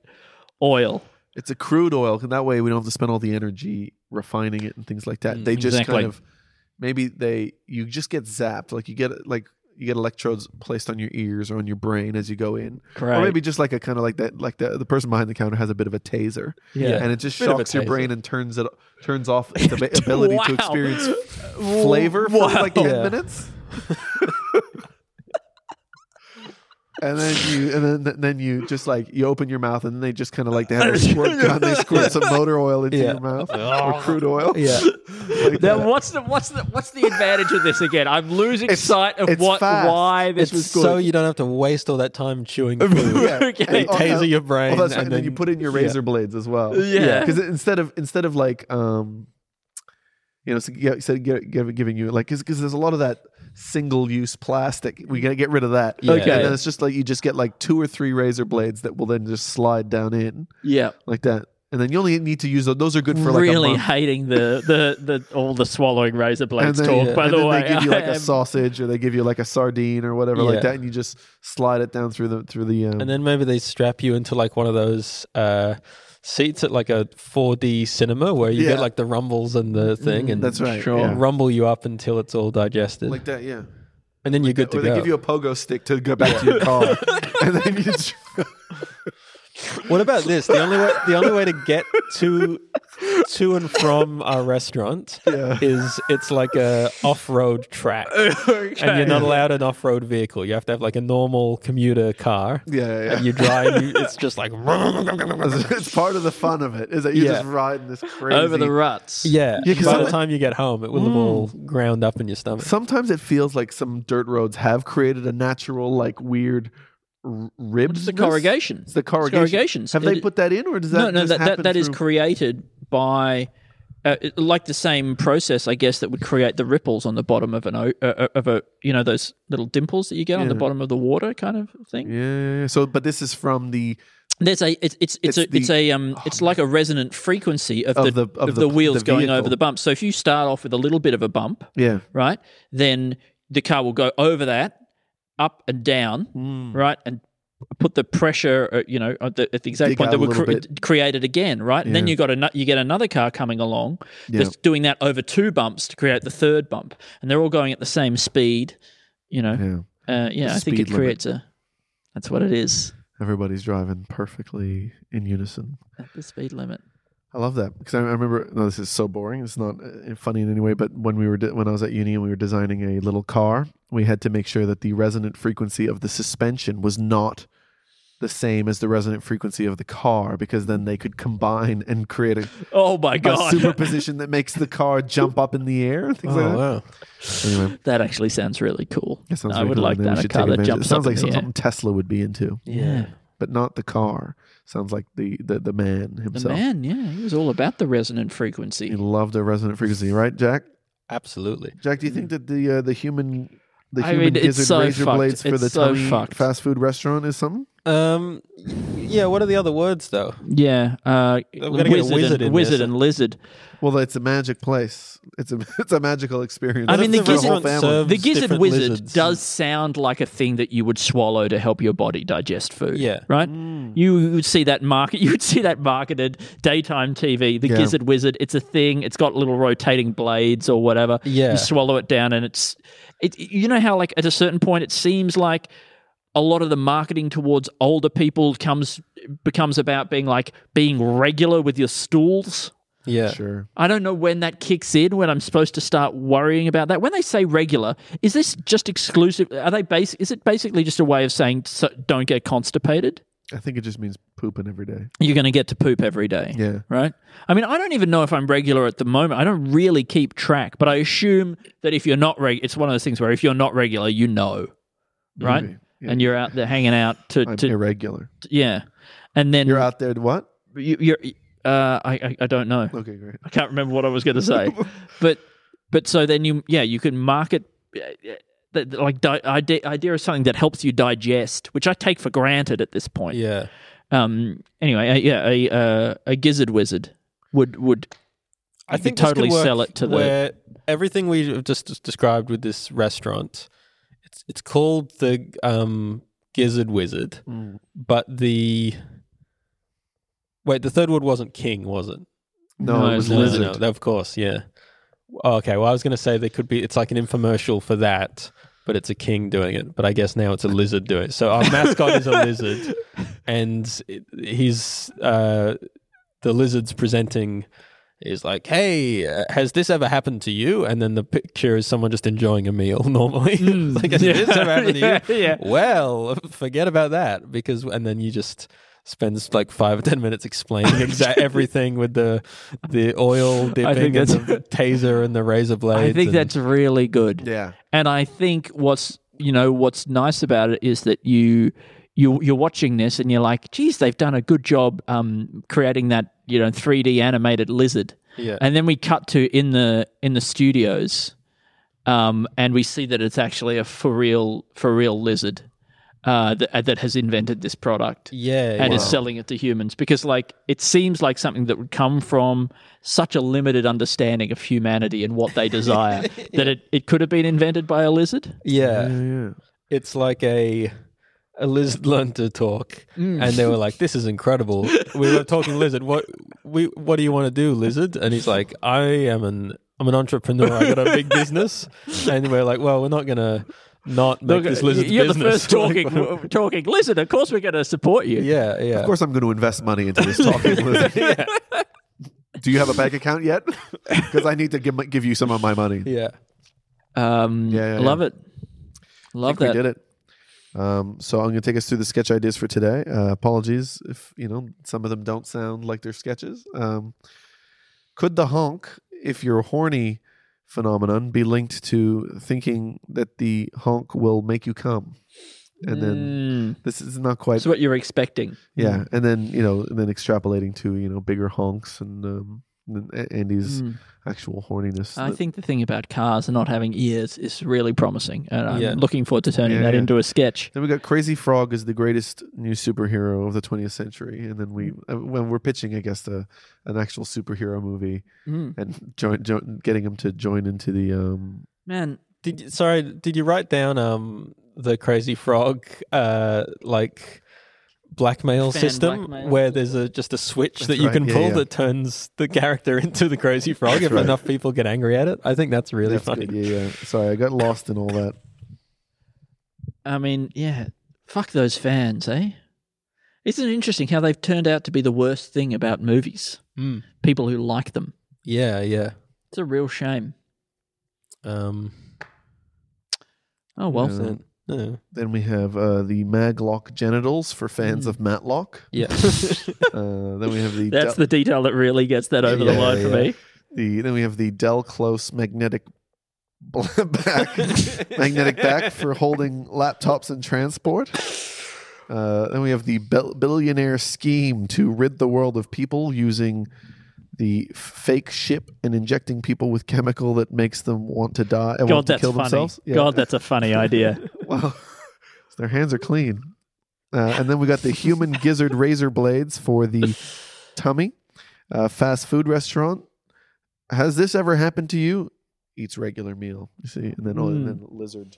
Speaker 2: oil.
Speaker 3: It's a crude oil, and that way we don't have to spend all the energy refining it and things like that. They just
Speaker 2: Mm, exactly.
Speaker 3: kind of maybe they you just get zapped, like you get like you get electrodes placed on your ears or on your brain as you go in,
Speaker 2: Correct.
Speaker 3: or maybe just like a kind of like that, like the the person behind the counter has a bit of a taser,
Speaker 2: Yeah.
Speaker 3: and it just
Speaker 4: Bit of a
Speaker 3: shocks your
Speaker 4: taser.
Speaker 3: brain and turns it turns off its
Speaker 2: *laughs*
Speaker 3: ab- ability
Speaker 2: Wow.
Speaker 3: to
Speaker 2: *laughs*
Speaker 3: experience flavor for like ten
Speaker 4: Wow.
Speaker 3: minutes. And then you, and then then you just like you open your mouth, and they just kind of like
Speaker 2: *laughs*
Speaker 3: they have a squirt gun. They squirt some motor oil into
Speaker 4: Yeah.
Speaker 3: your *laughs* mouth Oh,
Speaker 4: Oh.
Speaker 3: or crude oil.
Speaker 4: *laughs* Yeah.
Speaker 3: Like
Speaker 2: Now,
Speaker 3: that.
Speaker 2: what's the what's the what's the advantage of this again? I'm losing
Speaker 3: It's-
Speaker 2: sight of
Speaker 3: it's
Speaker 2: what
Speaker 3: fast.
Speaker 2: why this
Speaker 4: It's
Speaker 2: was good.
Speaker 4: so you don't have to waste all that time
Speaker 3: *laughs*
Speaker 4: chewing food.
Speaker 3: Yeah.
Speaker 2: Okay.
Speaker 3: And- oh,
Speaker 4: Taser
Speaker 3: oh,
Speaker 4: your brain
Speaker 3: Oh, that's right.
Speaker 4: and
Speaker 3: And then you
Speaker 4: then-
Speaker 3: put in your razor blades as well.
Speaker 2: Yeah.
Speaker 3: Because instead of instead of like um, you know, so yeah, instead of gi- gi- giving you like because there's a lot of that single use plastic. We gotta get rid of that.
Speaker 4: Yeah.
Speaker 2: Okay.
Speaker 3: And then it's just like you just get like two or three razor blades that will then just slide down in
Speaker 2: yeah.
Speaker 3: like that. And then you only need to use those. Those are good for like
Speaker 2: really
Speaker 3: a month.
Speaker 2: hating the, the, the all the swallowing razor blades talk.
Speaker 3: yeah.
Speaker 2: By
Speaker 3: and
Speaker 2: the
Speaker 3: then
Speaker 2: way,
Speaker 3: they give you
Speaker 2: I
Speaker 3: like a
Speaker 2: *laughs*
Speaker 4: *laughs*
Speaker 2: am-
Speaker 3: sausage, or they give you like a sardine, or whatever like
Speaker 4: Yeah.
Speaker 3: that, and you just slide it down through the through the. Um,
Speaker 4: And then maybe they strap you into like one of those uh, seats at like a 4D cinema where
Speaker 3: Yeah.
Speaker 4: you
Speaker 3: Mm-hmm.
Speaker 4: get like the rumbles and the thing, and
Speaker 3: that's right,
Speaker 4: sure,
Speaker 3: yeah.
Speaker 4: rumble you up until it's all digested,
Speaker 3: like that, yeah.
Speaker 4: and then you're good
Speaker 3: or
Speaker 4: to
Speaker 3: they
Speaker 4: go.
Speaker 3: give you a pogo stick to go back to
Speaker 2: *laughs*
Speaker 3: your car, and then you. Just,
Speaker 4: what about this? The only way the only way to get to to and from our restaurant is it's like a off road
Speaker 3: *laughs*
Speaker 4: track, and you're not allowed an off road vehicle. You have to have like a normal commuter car.
Speaker 3: yeah, yeah, yeah.
Speaker 4: And you drive, you, it's
Speaker 3: *laughs*
Speaker 4: just like
Speaker 3: it's part of the fun of it is that you're
Speaker 4: Yeah.
Speaker 3: just riding this crazy.
Speaker 2: over the ruts.
Speaker 4: Yeah,
Speaker 3: Yeah, 'cause Mm.
Speaker 4: by
Speaker 3: I'm-
Speaker 4: the time you get home, it will have all ground up in your stomach.
Speaker 3: Sometimes it feels like some dirt roads have created a natural, like weird r- ribs.
Speaker 2: It's the corrugation.
Speaker 3: It's the corrugation.
Speaker 2: corrugations.
Speaker 3: Have they
Speaker 2: It-
Speaker 3: put that in, or does that
Speaker 2: no, no,
Speaker 3: just
Speaker 2: that, that,
Speaker 3: happen
Speaker 2: that is
Speaker 3: through-
Speaker 2: created by uh, it- like the same process, I guess, that would create the ripples on the bottom of an o- uh, uh, of a you know those little dimples that you get on the bottom of the water kind of thing.
Speaker 3: Yeah. So, but this is from the
Speaker 2: There's a it's it's it's,
Speaker 3: It's
Speaker 2: a
Speaker 3: the- Oh,
Speaker 2: it's a um it's like a resonant frequency of,
Speaker 3: Of
Speaker 2: the,
Speaker 3: the-
Speaker 2: of,
Speaker 3: of
Speaker 2: the,
Speaker 3: the-
Speaker 2: wheels
Speaker 3: the
Speaker 2: going
Speaker 3: vehicle.
Speaker 2: over the bump. So if you start off with a little bit of a bump,
Speaker 3: yeah.
Speaker 2: right? Then the car will go over that, up and down,
Speaker 3: Mm.
Speaker 2: right? And put the pressure, uh, you know, at the, at the exact
Speaker 3: Dig
Speaker 2: point
Speaker 3: out
Speaker 2: that
Speaker 3: a
Speaker 2: we
Speaker 3: little
Speaker 2: cre-
Speaker 3: bit.
Speaker 2: create it again, right? And then you got an- you get another car coming along that's doing that over two bumps to create the third bump, and they're all going at the same speed, you know. Yeah, uh, yeah I think
Speaker 3: Speed
Speaker 2: it
Speaker 3: limit.
Speaker 2: creates a. That's what it is.
Speaker 3: Everybody's driving perfectly in unison.
Speaker 2: At the speed limit.
Speaker 3: I love that because I I remember. No, this is so boring. It's not uh, funny in any way. But when we were de- when I was at uni and we were designing a little car, we had to make sure that the resonant frequency of the suspension was not the same as the resonant frequency of the car, because then they could combine and create
Speaker 2: *laughs*
Speaker 3: a,
Speaker 2: Oh my
Speaker 3: a
Speaker 2: god, Oh,
Speaker 3: superposition that makes the car jump up in the air. and Things like that.
Speaker 4: Oh, wow.
Speaker 3: Anyway,
Speaker 2: *laughs* that actually sounds really cool.
Speaker 3: that sounds
Speaker 2: I
Speaker 3: really
Speaker 2: would
Speaker 3: cool.
Speaker 2: like
Speaker 3: Maybe we
Speaker 2: that. A
Speaker 3: should
Speaker 2: car
Speaker 3: take
Speaker 2: that
Speaker 3: advantage.
Speaker 2: jumps
Speaker 3: It
Speaker 2: up
Speaker 3: sounds like
Speaker 2: in
Speaker 3: some-
Speaker 2: the air.
Speaker 3: something Tesla would be into,
Speaker 2: Yeah.
Speaker 3: but not the car. Sounds like the the, the man
Speaker 2: The
Speaker 3: himself.
Speaker 2: man, yeah, he was all about the resonant frequency.
Speaker 3: He loved the resonant frequency, right, Jack?
Speaker 4: Absolutely.
Speaker 3: Jack, do you think that the uh, the human the
Speaker 2: I
Speaker 3: human
Speaker 2: mean, it's
Speaker 3: gizzard
Speaker 2: so
Speaker 3: razor
Speaker 2: fucked.
Speaker 3: blades for
Speaker 2: It's
Speaker 3: the
Speaker 2: so
Speaker 3: tummy
Speaker 2: fucked.
Speaker 3: fast food restaurant is something?
Speaker 4: Um, yeah. What are the other words though?
Speaker 2: Yeah, uh,
Speaker 4: We're gonna get a wizard in
Speaker 2: and, wizard
Speaker 4: this.
Speaker 2: and lizard.
Speaker 3: Well, it's a magic place. It's a *laughs* it's a magical experience.
Speaker 2: I mean,
Speaker 4: if
Speaker 2: the
Speaker 4: the
Speaker 2: gizzard,
Speaker 4: restaurant serves
Speaker 2: the gizzard
Speaker 4: different
Speaker 2: wizard
Speaker 4: lizards.
Speaker 2: does sound like a thing that you would swallow to help your body digest food.
Speaker 4: Yeah.
Speaker 2: right. You would see that market. *laughs* You would see that marketed daytime TV. The
Speaker 3: Yeah.
Speaker 2: gizzard wizard. It's a thing. It's got little rotating blades or whatever.
Speaker 4: Yeah.
Speaker 2: you swallow it down, and it's. It, you know how like at a certain point it seems like a lot of the marketing towards older people comes becomes about being like being regular with your stools.
Speaker 4: Yeah.
Speaker 3: sure.
Speaker 2: I don't know when that kicks in, when I'm supposed to start worrying about that. When they say regular, is this just exclusive? Are they base? Is it basically just a way of saying so, don't get constipated?
Speaker 3: I think it just means pooping every day.
Speaker 2: You're going to get to poop every day.
Speaker 3: Yeah.
Speaker 2: Right? I mean, I don't even know if I'm regular at the moment. I don't really keep track, but I assume that if you're not regular, it's one of those things where if you're not regular, you know, right?
Speaker 3: Maybe. Yeah.
Speaker 2: And you're out there hanging out to,
Speaker 3: I'm
Speaker 2: to
Speaker 3: irregular.
Speaker 2: yeah. And then
Speaker 3: You're out there. to What?
Speaker 2: you, you're, uh, I, I, I don't know.
Speaker 3: Okay, great.
Speaker 2: I can't remember what I was going to say, but but so then you yeah you can market uh, uh, that like di- idea idea of something that helps you digest, which I take for granted at this point.
Speaker 4: Yeah.
Speaker 2: Um. Anyway, uh, yeah, a uh, a gizzard wizard would would
Speaker 4: I
Speaker 2: You
Speaker 4: think
Speaker 2: could
Speaker 4: this could
Speaker 2: totally
Speaker 4: work
Speaker 2: sell it to the-
Speaker 4: where everything we've just just described with this restaurant. It's it's called the um, Gizzard Wizard, but the wait the third word wasn't king, was it?
Speaker 3: No,
Speaker 2: No,
Speaker 3: it was
Speaker 2: no, no,
Speaker 3: lizard.
Speaker 4: No, of course, yeah. Oh, Okay, well, I was going to say there could be it's like an infomercial for that, but it's a king doing it. But I guess now it's a lizard doing it. So our mascot
Speaker 3: *laughs*
Speaker 4: is a lizard, and it- he's uh, the lizard's presenting. Is like, hey, uh, has this ever happened to you? And then the picture is someone just enjoying a meal *laughs* normally.
Speaker 3: Hmm.
Speaker 4: It's like, has
Speaker 3: *laughs*
Speaker 4: this ever happened to you?
Speaker 2: yeah.
Speaker 4: Well, forget about that because, and then you just spends like five or ten minutes
Speaker 2: *laughs*
Speaker 4: explaining exa- everything with the the oil dipping and
Speaker 2: that's-
Speaker 4: the taser and the razor
Speaker 2: *laughs*
Speaker 4: blade.
Speaker 2: I think
Speaker 4: and,
Speaker 2: that's really good.
Speaker 3: Yeah.
Speaker 2: And I think what's you know what's nice about it is that you you you're watching this and you're like, geez, they've done a good job um, creating that you know 3D animated lizard.
Speaker 4: Yeah.
Speaker 2: And then we cut to in the in the studios, um, and we see that it's actually a for real for real lizard uh, that that has invented this product
Speaker 4: yeah,
Speaker 2: and
Speaker 4: yeah.
Speaker 2: is selling it to humans because like it seems like something that would come from such a limited understanding of humanity and what they
Speaker 3: *laughs*
Speaker 2: desire that it, it could have been invented by a lizard
Speaker 4: yeah.
Speaker 3: Yeah, yeah.
Speaker 4: It's like a a lizard *laughs* learned to talk,
Speaker 2: Mm.
Speaker 4: and they were like, "This is incredible." we were talking lizard. What we what do you want to do, lizard? And he's like, "I am an I'm an entrepreneur. I got a
Speaker 2: *laughs*
Speaker 4: big business." And we're like, "Well, we're not gonna." Not make this lizard's
Speaker 2: you're the
Speaker 4: *laughs*
Speaker 3: *laughs*
Speaker 4: business.
Speaker 2: first talking
Speaker 4: Like,
Speaker 2: *laughs* talking lizard of course we're going to support you
Speaker 4: *laughs* yeah, yeah.
Speaker 3: Of *laughs* course, I'm going to invest money into this
Speaker 2: *laughs*
Speaker 3: talking lizard. Do you have a bank account yet? *laughs* Because I need to give, my- give you some of my money.
Speaker 4: *laughs* Yeah.
Speaker 2: um
Speaker 3: Yeah, yeah,
Speaker 2: love it love
Speaker 3: We
Speaker 2: that
Speaker 3: did it. Um, so I'm going to take us through the sketch ideas for today. Uh, apologies if you know some of them don't sound like they're sketches. Um, could the honk, if you're horny, phenomenon be linked to thinking that the honk will make you come? And then
Speaker 2: Mm.
Speaker 3: this is not quite
Speaker 2: That's what you're expecting.
Speaker 3: yeah. And then you know, and then extrapolating to you know bigger honks and um, and then A- Andy's actual horniness.
Speaker 2: Hmm. I
Speaker 3: that-
Speaker 2: think the thing about cars and not having ears is really promising, and I'm
Speaker 4: Yeah.
Speaker 2: looking forward to turning
Speaker 3: Yeah,
Speaker 2: that
Speaker 3: yeah.
Speaker 2: into a sketch.
Speaker 3: Then we got Crazy Frog is the greatest new superhero of the 20th century, and then we
Speaker 4: Mm-hmm.
Speaker 3: uh, when we're pitching, I guess the an actual superhero movie
Speaker 2: Mm.
Speaker 3: and join, join getting him to join into the um
Speaker 2: Man,
Speaker 4: Did you, sorry, did you write down um the crazy frog uh like blackmail
Speaker 2: Fan
Speaker 4: system
Speaker 2: blackmail.
Speaker 4: where there's a just a switch that
Speaker 3: That's
Speaker 4: you
Speaker 3: right,
Speaker 4: can
Speaker 3: yeah,
Speaker 4: pull
Speaker 3: yeah.
Speaker 4: that turns the character into the crazy frog if
Speaker 3: right.
Speaker 4: enough people get angry at it. I think that's really
Speaker 3: that's
Speaker 4: funny.
Speaker 3: good. yeah yeah sorry I got lost in all that
Speaker 2: I mean, yeah, fuck those fans, eh? Isn't it interesting how they've turned out to be the worst thing about movies?
Speaker 4: Mm.
Speaker 2: People who like them.
Speaker 4: Yeah, yeah.
Speaker 2: It's a real shame.
Speaker 4: Um
Speaker 2: Oh well.
Speaker 3: Yeah.
Speaker 4: then- no.
Speaker 3: Uh, then we have uh, the Maglock genitals for fans of Matlock
Speaker 4: Mm. Yeah. *laughs*
Speaker 3: uh, then we have the
Speaker 2: That's the detail that really gets that over the
Speaker 3: Yeah,
Speaker 2: line for
Speaker 4: yeah.
Speaker 2: me.
Speaker 3: The then we have the Del Close magnetic bl- *laughs* back, magnetic back for holding laptops in transport. Uh, then we have the bill billionaire scheme to rid the world of people using the f- fake ship and injecting people with chemical that makes them want to die and
Speaker 2: God,
Speaker 3: want to
Speaker 2: that's
Speaker 3: kill
Speaker 2: funny.
Speaker 3: *laughs* themselves. Yeah.
Speaker 2: God, that's a funny idea.
Speaker 3: Well, their hands are clean. Uh, and then we got the human gizzard razor blades for the tummy. Uh, fast food restaurant. Has this ever happened to you? Eats regular meal. You see, and then oh, and then lizard.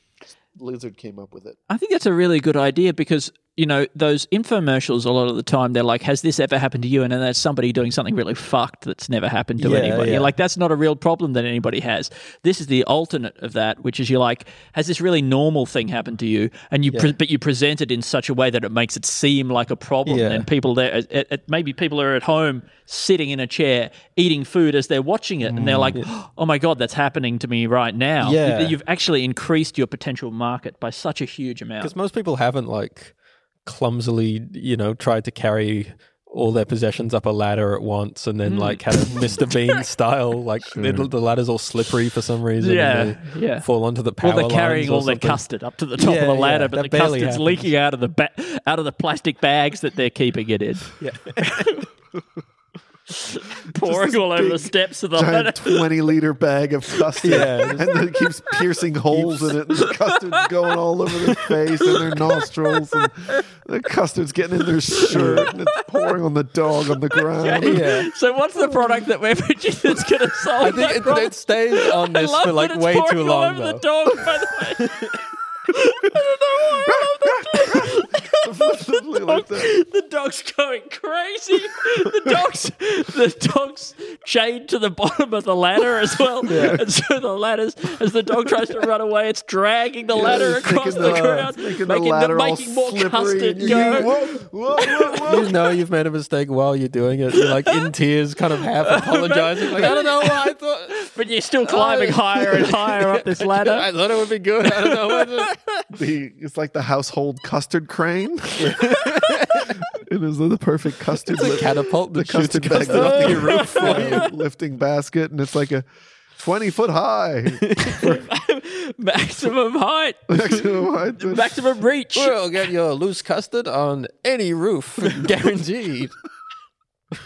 Speaker 3: Lizard came up with it.
Speaker 2: I think that's a really good idea because you know those infomercials. A lot of the time, they're like, "Has this ever happened to you?" And then that's somebody doing something really fucked that's never happened to
Speaker 4: Yeah,
Speaker 2: anybody.
Speaker 4: yeah.
Speaker 2: Like that's not a real problem that anybody has. This is the alternate of that, which is you're like, "Has this really normal thing happened to you?" And you, pre- but you present it in such a way that it makes it seem like a problem.
Speaker 4: Yeah.
Speaker 2: And people there, it, it, maybe people are at home sitting in a chair eating food as they're watching it, and they're like, "Oh my god, that's happening to me right now."
Speaker 4: Mm, Yeah.
Speaker 2: You- You've actually increased your potential market by such a huge amount.
Speaker 4: Because most people haven't like clumsily, you know, tried to carry all their possessions up a ladder at once and
Speaker 2: Hmm.
Speaker 4: then like had a
Speaker 2: *laughs*
Speaker 4: Mr. Bean style, like the, the ladder's all slippery for some reason. and
Speaker 2: Yeah,
Speaker 4: they
Speaker 2: yeah.
Speaker 4: Fall onto the power
Speaker 2: Well, they're
Speaker 4: lines
Speaker 2: carrying
Speaker 4: or
Speaker 2: all their
Speaker 4: something.
Speaker 2: custard up to the top of
Speaker 4: Yeah,
Speaker 2: the
Speaker 4: yeah,
Speaker 2: ladder,
Speaker 4: that
Speaker 2: but the
Speaker 4: barely
Speaker 2: custard's
Speaker 4: happens.
Speaker 2: leaking out of the ba- out of the plastic bags that they're keeping it in.
Speaker 4: *laughs*
Speaker 2: *laughs*
Speaker 4: Yeah.
Speaker 2: Pouring all over the steps of the ladder.
Speaker 3: Giant twenty liter bag of custard, *laughs*
Speaker 4: Yeah.
Speaker 3: and then it keeps piercing holes in it. And the custard's going all over their face and their nostrils, and the custard's getting in their shirt, and it's pouring on the dog on the ground. *laughs*
Speaker 4: *laughs* yeah.
Speaker 2: *laughs* So what's the product that we're *laughs* producing that's going to solve
Speaker 4: I
Speaker 2: *laughs*
Speaker 4: think
Speaker 2: that
Speaker 4: it,
Speaker 2: problem?
Speaker 4: it stays on
Speaker 2: I
Speaker 4: this
Speaker 2: love
Speaker 4: for like
Speaker 2: that it's
Speaker 4: way
Speaker 2: pouring
Speaker 4: too
Speaker 2: all
Speaker 4: long.
Speaker 2: over the
Speaker 4: Though.
Speaker 2: dog, by the way.
Speaker 3: Something like that.
Speaker 2: *laughs* the dog's going crazy. The dog's the dog's chained to the bottom of the ladder as well. And so the ladder's as the dog tries to run away, it's dragging the ladder
Speaker 3: It's
Speaker 2: across
Speaker 3: making
Speaker 2: the,
Speaker 3: the-
Speaker 2: ground,
Speaker 3: it's making the ladder all
Speaker 2: making more
Speaker 3: slippery
Speaker 2: custard
Speaker 3: and you-
Speaker 2: go.
Speaker 3: Whoa, whoa, whoa, whoa.
Speaker 4: you know you've made a mistake while you're doing it. You're
Speaker 2: *laughs*
Speaker 4: like in tears, kind of half apologizing. Like I don't know why I thought
Speaker 2: But you're still climbing
Speaker 3: Oh.
Speaker 2: higher and higher up
Speaker 3: *laughs*
Speaker 2: this ladder.
Speaker 4: I thought it would be good. I don't know.
Speaker 3: *laughs*
Speaker 4: What
Speaker 2: *laughs*
Speaker 3: the it's like the household custard *laughs* crane. it is the perfect custard
Speaker 4: it's a
Speaker 3: lift-
Speaker 4: catapult
Speaker 3: the
Speaker 4: that shoots
Speaker 3: custard bag
Speaker 4: custard off
Speaker 3: *laughs*
Speaker 4: your roof
Speaker 3: for you. lifting basket, and it's like a twenty foot *laughs* high
Speaker 2: maximum height,
Speaker 3: maximum height.
Speaker 2: maximum reach.
Speaker 4: We'll get your loose custard on any *laughs* roof, guaranteed. *laughs*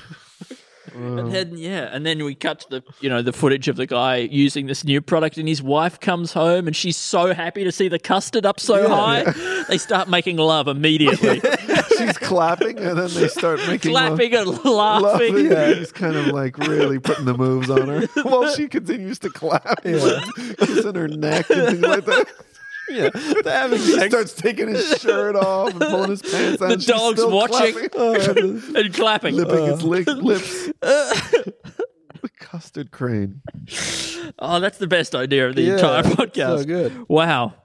Speaker 2: And then yeah, and then we cut to the you know the footage of the guy using this new product, and his wife comes home, and she's so happy to see the custard up so high. They start making love immediately,
Speaker 3: She's clapping, and then they *laughs* start making love-
Speaker 2: clapping and laughing.
Speaker 3: Laughing, yeah, he's kind of like really putting the moves on her while she continues to clap, like kissing her neck and things like that.
Speaker 4: yeah, they're having
Speaker 3: He starts taking his shirt off and pulling his pants out.
Speaker 2: The
Speaker 3: and she's
Speaker 2: dog's
Speaker 3: still
Speaker 2: watching.
Speaker 3: clapping. Oh,
Speaker 2: and clapping.
Speaker 3: lipping its lick, lips. the custard crane.
Speaker 2: Oh, that's the best idea of the
Speaker 4: Yeah,
Speaker 2: entire
Speaker 4: it's so
Speaker 2: podcast.
Speaker 4: good.
Speaker 2: Wow.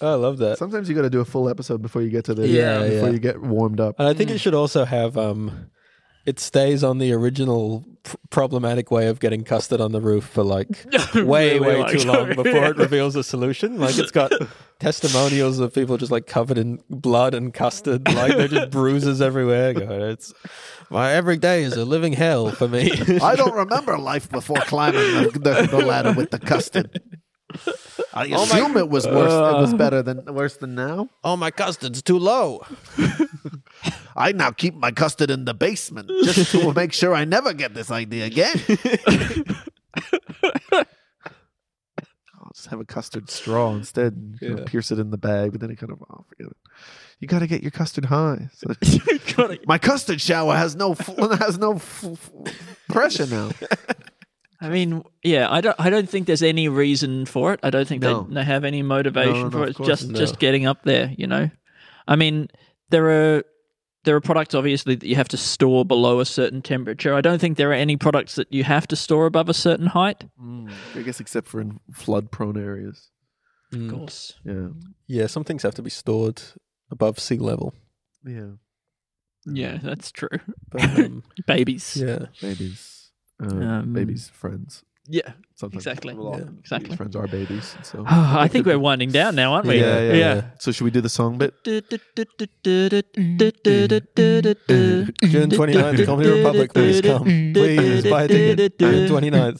Speaker 4: I love that.
Speaker 3: Sometimes you got to do a full episode before you get to the
Speaker 2: Yeah,
Speaker 3: before
Speaker 4: yeah.
Speaker 3: you get warmed up.
Speaker 4: And I think it should also have um, it stays on the original pr- problematic way of getting custard on the roof for *laughs* like way,
Speaker 2: Really
Speaker 4: way
Speaker 2: long
Speaker 4: too *laughs* long
Speaker 2: time.
Speaker 4: before it reveals a solution. Like it's *laughs* got testimonials of people just like covered in blood and custard, like they're just bruises *laughs* everywhere. God, it's my every day is a living hell for *laughs* me.
Speaker 3: I don't remember life before climbing the, the, the ladder with the custard. I
Speaker 1: Oh
Speaker 3: assume it was worse. it was better than worse than now.
Speaker 4: oh, my custard's too low.
Speaker 3: I now keep my custard in the basement
Speaker 2: *laughs*
Speaker 3: just to make sure I never get this idea again. I'll just have a custard straw instead and you know,
Speaker 4: Yeah.
Speaker 3: pierce it in the bag, but then it kind of, oh, forget it. You got to get your custard high.
Speaker 2: *laughs*
Speaker 3: So-
Speaker 2: Gotta-
Speaker 3: my custard shower has no f- *laughs* has no f- f- pressure now.
Speaker 2: I mean, yeah, I don't. I don't think there's any reason for it. I don't think
Speaker 3: No.
Speaker 2: they, they have any motivation
Speaker 3: No, no,
Speaker 2: for
Speaker 3: of
Speaker 2: it. It's
Speaker 3: course
Speaker 2: just
Speaker 4: not.
Speaker 2: just getting up there, you know. I mean, there are there are products obviously that you have to store below a certain temperature. I don't think there are any products that you have to store above a certain height.
Speaker 3: I guess except for in flood prone areas.
Speaker 2: Of course.
Speaker 3: Yeah,
Speaker 4: Yeah, some things have to be stored above sea level.
Speaker 3: yeah,
Speaker 2: Yeah, that's true.
Speaker 4: But, um,
Speaker 2: Babies. Yeah,
Speaker 4: *laughs* yeah,
Speaker 3: babies, uh,
Speaker 2: Um,
Speaker 3: babies, friends. Sometimes
Speaker 2: exactly.
Speaker 3: people often-
Speaker 2: Exactly.
Speaker 3: friends are babies. So
Speaker 2: Oh, *sighs* I think we're winding down now, aren't we?
Speaker 4: Yeah, yeah, yeah.
Speaker 3: So should we do the song bit?
Speaker 4: June 29th, Comedy Republic, please come. Please buy a ticket. June 29th,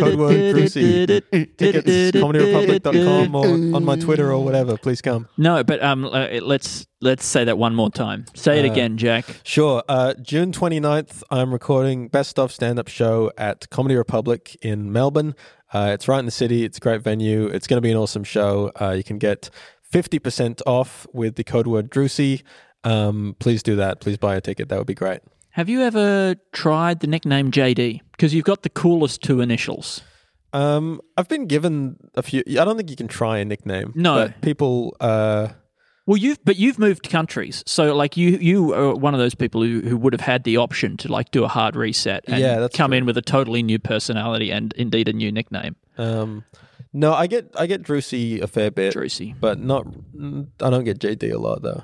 Speaker 4: code word Cruci. Tickets, comedyrepublic.com or on my Twitter or whatever. Please come.
Speaker 2: No, but um, uh, let's let's say that one more time. Say it
Speaker 4: Uh,
Speaker 2: again, Jack.
Speaker 4: Sure. Uh, June 29th, I'm recording Best of Stand Up Show at Comedy Republic in Melbourne. Uh, it's right in the city. It's a great venue. It's going to be an awesome show. Uh, you can get 50% off with the code word Drusy. um, please do that. Please buy a ticket. That would be great.
Speaker 2: Have you ever tried the nickname JD? Because you've got the coolest two initials.
Speaker 4: Um, I've been given a few. I don't think you can try a nickname.
Speaker 2: No.
Speaker 4: but people. Uh,
Speaker 2: Well, you've but you've moved countries, so like you you are one of those people who, who would have had the option to like do a hard reset and
Speaker 4: Yeah, that's
Speaker 2: come in with a totally new personality and indeed a new nickname,
Speaker 4: um, no, I get I get Drusy a fair bit,
Speaker 2: Drusy.
Speaker 4: but not. mm, I don't get JD a lot though.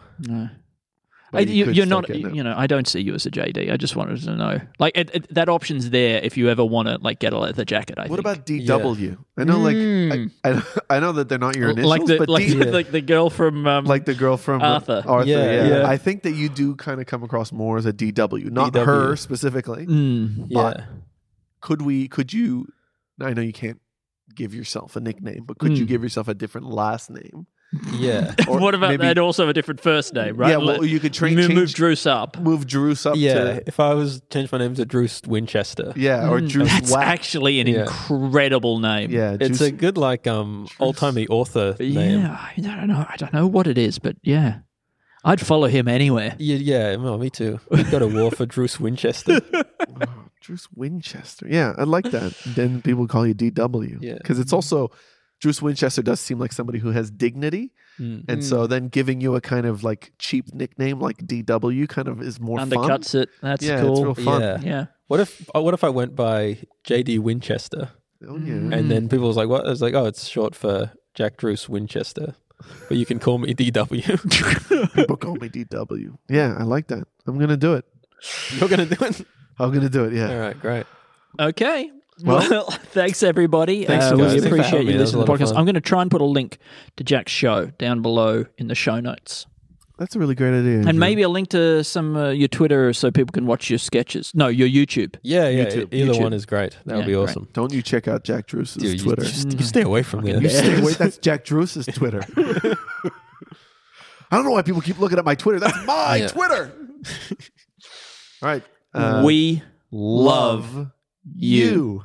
Speaker 2: I,
Speaker 3: But you
Speaker 2: you,
Speaker 3: could
Speaker 2: you're
Speaker 3: still
Speaker 2: not,
Speaker 3: get them.
Speaker 2: you know, I don't see you as a JD. I just wanted to know, like it, it- that option's there if you ever want to like get a leather jacket. I
Speaker 3: What
Speaker 2: think.
Speaker 3: about DW? I know, like, I, I, I know that they're not your initials,
Speaker 2: Hmm. like the
Speaker 3: but
Speaker 2: like,
Speaker 3: D-
Speaker 2: the, like the girl from um,
Speaker 3: *laughs* like the girl from
Speaker 2: Arthur.
Speaker 3: Arthur,
Speaker 4: Yeah,
Speaker 3: yeah,
Speaker 4: yeah.
Speaker 3: I think that you do kind of come across more as a DW, not
Speaker 4: DW.
Speaker 3: her specifically.
Speaker 2: mm,
Speaker 4: Yeah,
Speaker 3: Could we? Could you? I know you can't give yourself a nickname, but could you
Speaker 2: Mm.
Speaker 3: give yourself a different last
Speaker 2: *laughs*
Speaker 3: name?
Speaker 4: yeah,
Speaker 3: Or
Speaker 2: what about
Speaker 3: maybe-
Speaker 2: that? Also, a different first name, right?
Speaker 3: Yeah,
Speaker 2: Let-
Speaker 3: well, you could train
Speaker 2: move,
Speaker 3: change,
Speaker 2: move
Speaker 3: move,
Speaker 2: Drews up.
Speaker 3: Drews *laughs* up
Speaker 4: yeah.
Speaker 3: to
Speaker 4: If I was change my name to Druce Winchester,
Speaker 3: yeah, or Drews
Speaker 2: Hmm. That's
Speaker 3: Wack.
Speaker 2: actually an
Speaker 4: Yeah.
Speaker 2: incredible name.
Speaker 3: yeah,
Speaker 4: it's
Speaker 3: Drews-
Speaker 4: a good like um old timey author name.
Speaker 2: Yeah, I don't know. I don't know what it is, but yeah, I'd follow him anywhere.
Speaker 4: Yeah, yeah, well, me too. We go to war for Druce Winchester.
Speaker 3: Drews Winchester. Yeah, I like
Speaker 4: *laughs*
Speaker 3: that. then people call you DW.
Speaker 4: Yeah. Mm-hmm.
Speaker 3: Because it's also, Drews Winchester does seem like somebody who has dignity.
Speaker 4: Mm.
Speaker 3: And so then giving you a kind of like cheap nickname like DW kind of is more fun.
Speaker 2: Undercuts it. That's
Speaker 3: yeah,
Speaker 2: cool.
Speaker 3: it's real *laughs* fun.
Speaker 4: Yeah.
Speaker 2: yeah.
Speaker 4: What if uh, what if I went by JD Winchester
Speaker 3: Oh,
Speaker 2: Mm-hmm.
Speaker 3: yeah.
Speaker 4: and then people was like, "What?" I was like, "Oh, it's short for Jack Druce Winchester." But you can call me *laughs* DW.
Speaker 3: People call me DW. Yeah, I like that. I'm going to do it.
Speaker 4: You're gonna do it.
Speaker 3: I'm going to do it. Yeah.
Speaker 4: All right, great.
Speaker 2: Okay. *laughs* Well,
Speaker 3: Well-
Speaker 2: thanks everybody.
Speaker 4: Thanks,
Speaker 2: uh,
Speaker 4: guys.
Speaker 2: we
Speaker 4: Thanks for
Speaker 2: appreciate
Speaker 4: having me.
Speaker 2: you
Speaker 4: That was a
Speaker 2: listening to the
Speaker 4: lot of
Speaker 2: podcast.
Speaker 4: fun.
Speaker 2: I'm going to try and put a link to Jack's show down below in the show notes,
Speaker 3: That's a really great idea. Andrew.
Speaker 2: and maybe a link to some uh, your Twitter so people can watch your sketches. No, your YouTube.
Speaker 4: Yeah, yeah.
Speaker 3: YouTube,
Speaker 4: e- Either
Speaker 3: YouTube.
Speaker 4: one is great. That
Speaker 2: Yeah,
Speaker 4: would be
Speaker 2: great.
Speaker 4: awesome. Mm.
Speaker 3: Don't you check out Jack Drew's
Speaker 4: you
Speaker 3: Twitter.
Speaker 4: just- you stay away from there.
Speaker 3: You stay
Speaker 4: *laughs*
Speaker 3: away. That's Jack Drew's Twitter. I don't know why people keep looking at my Twitter. That's my
Speaker 4: Yeah.
Speaker 3: Twitter. All right. Uh,
Speaker 2: we
Speaker 3: love you.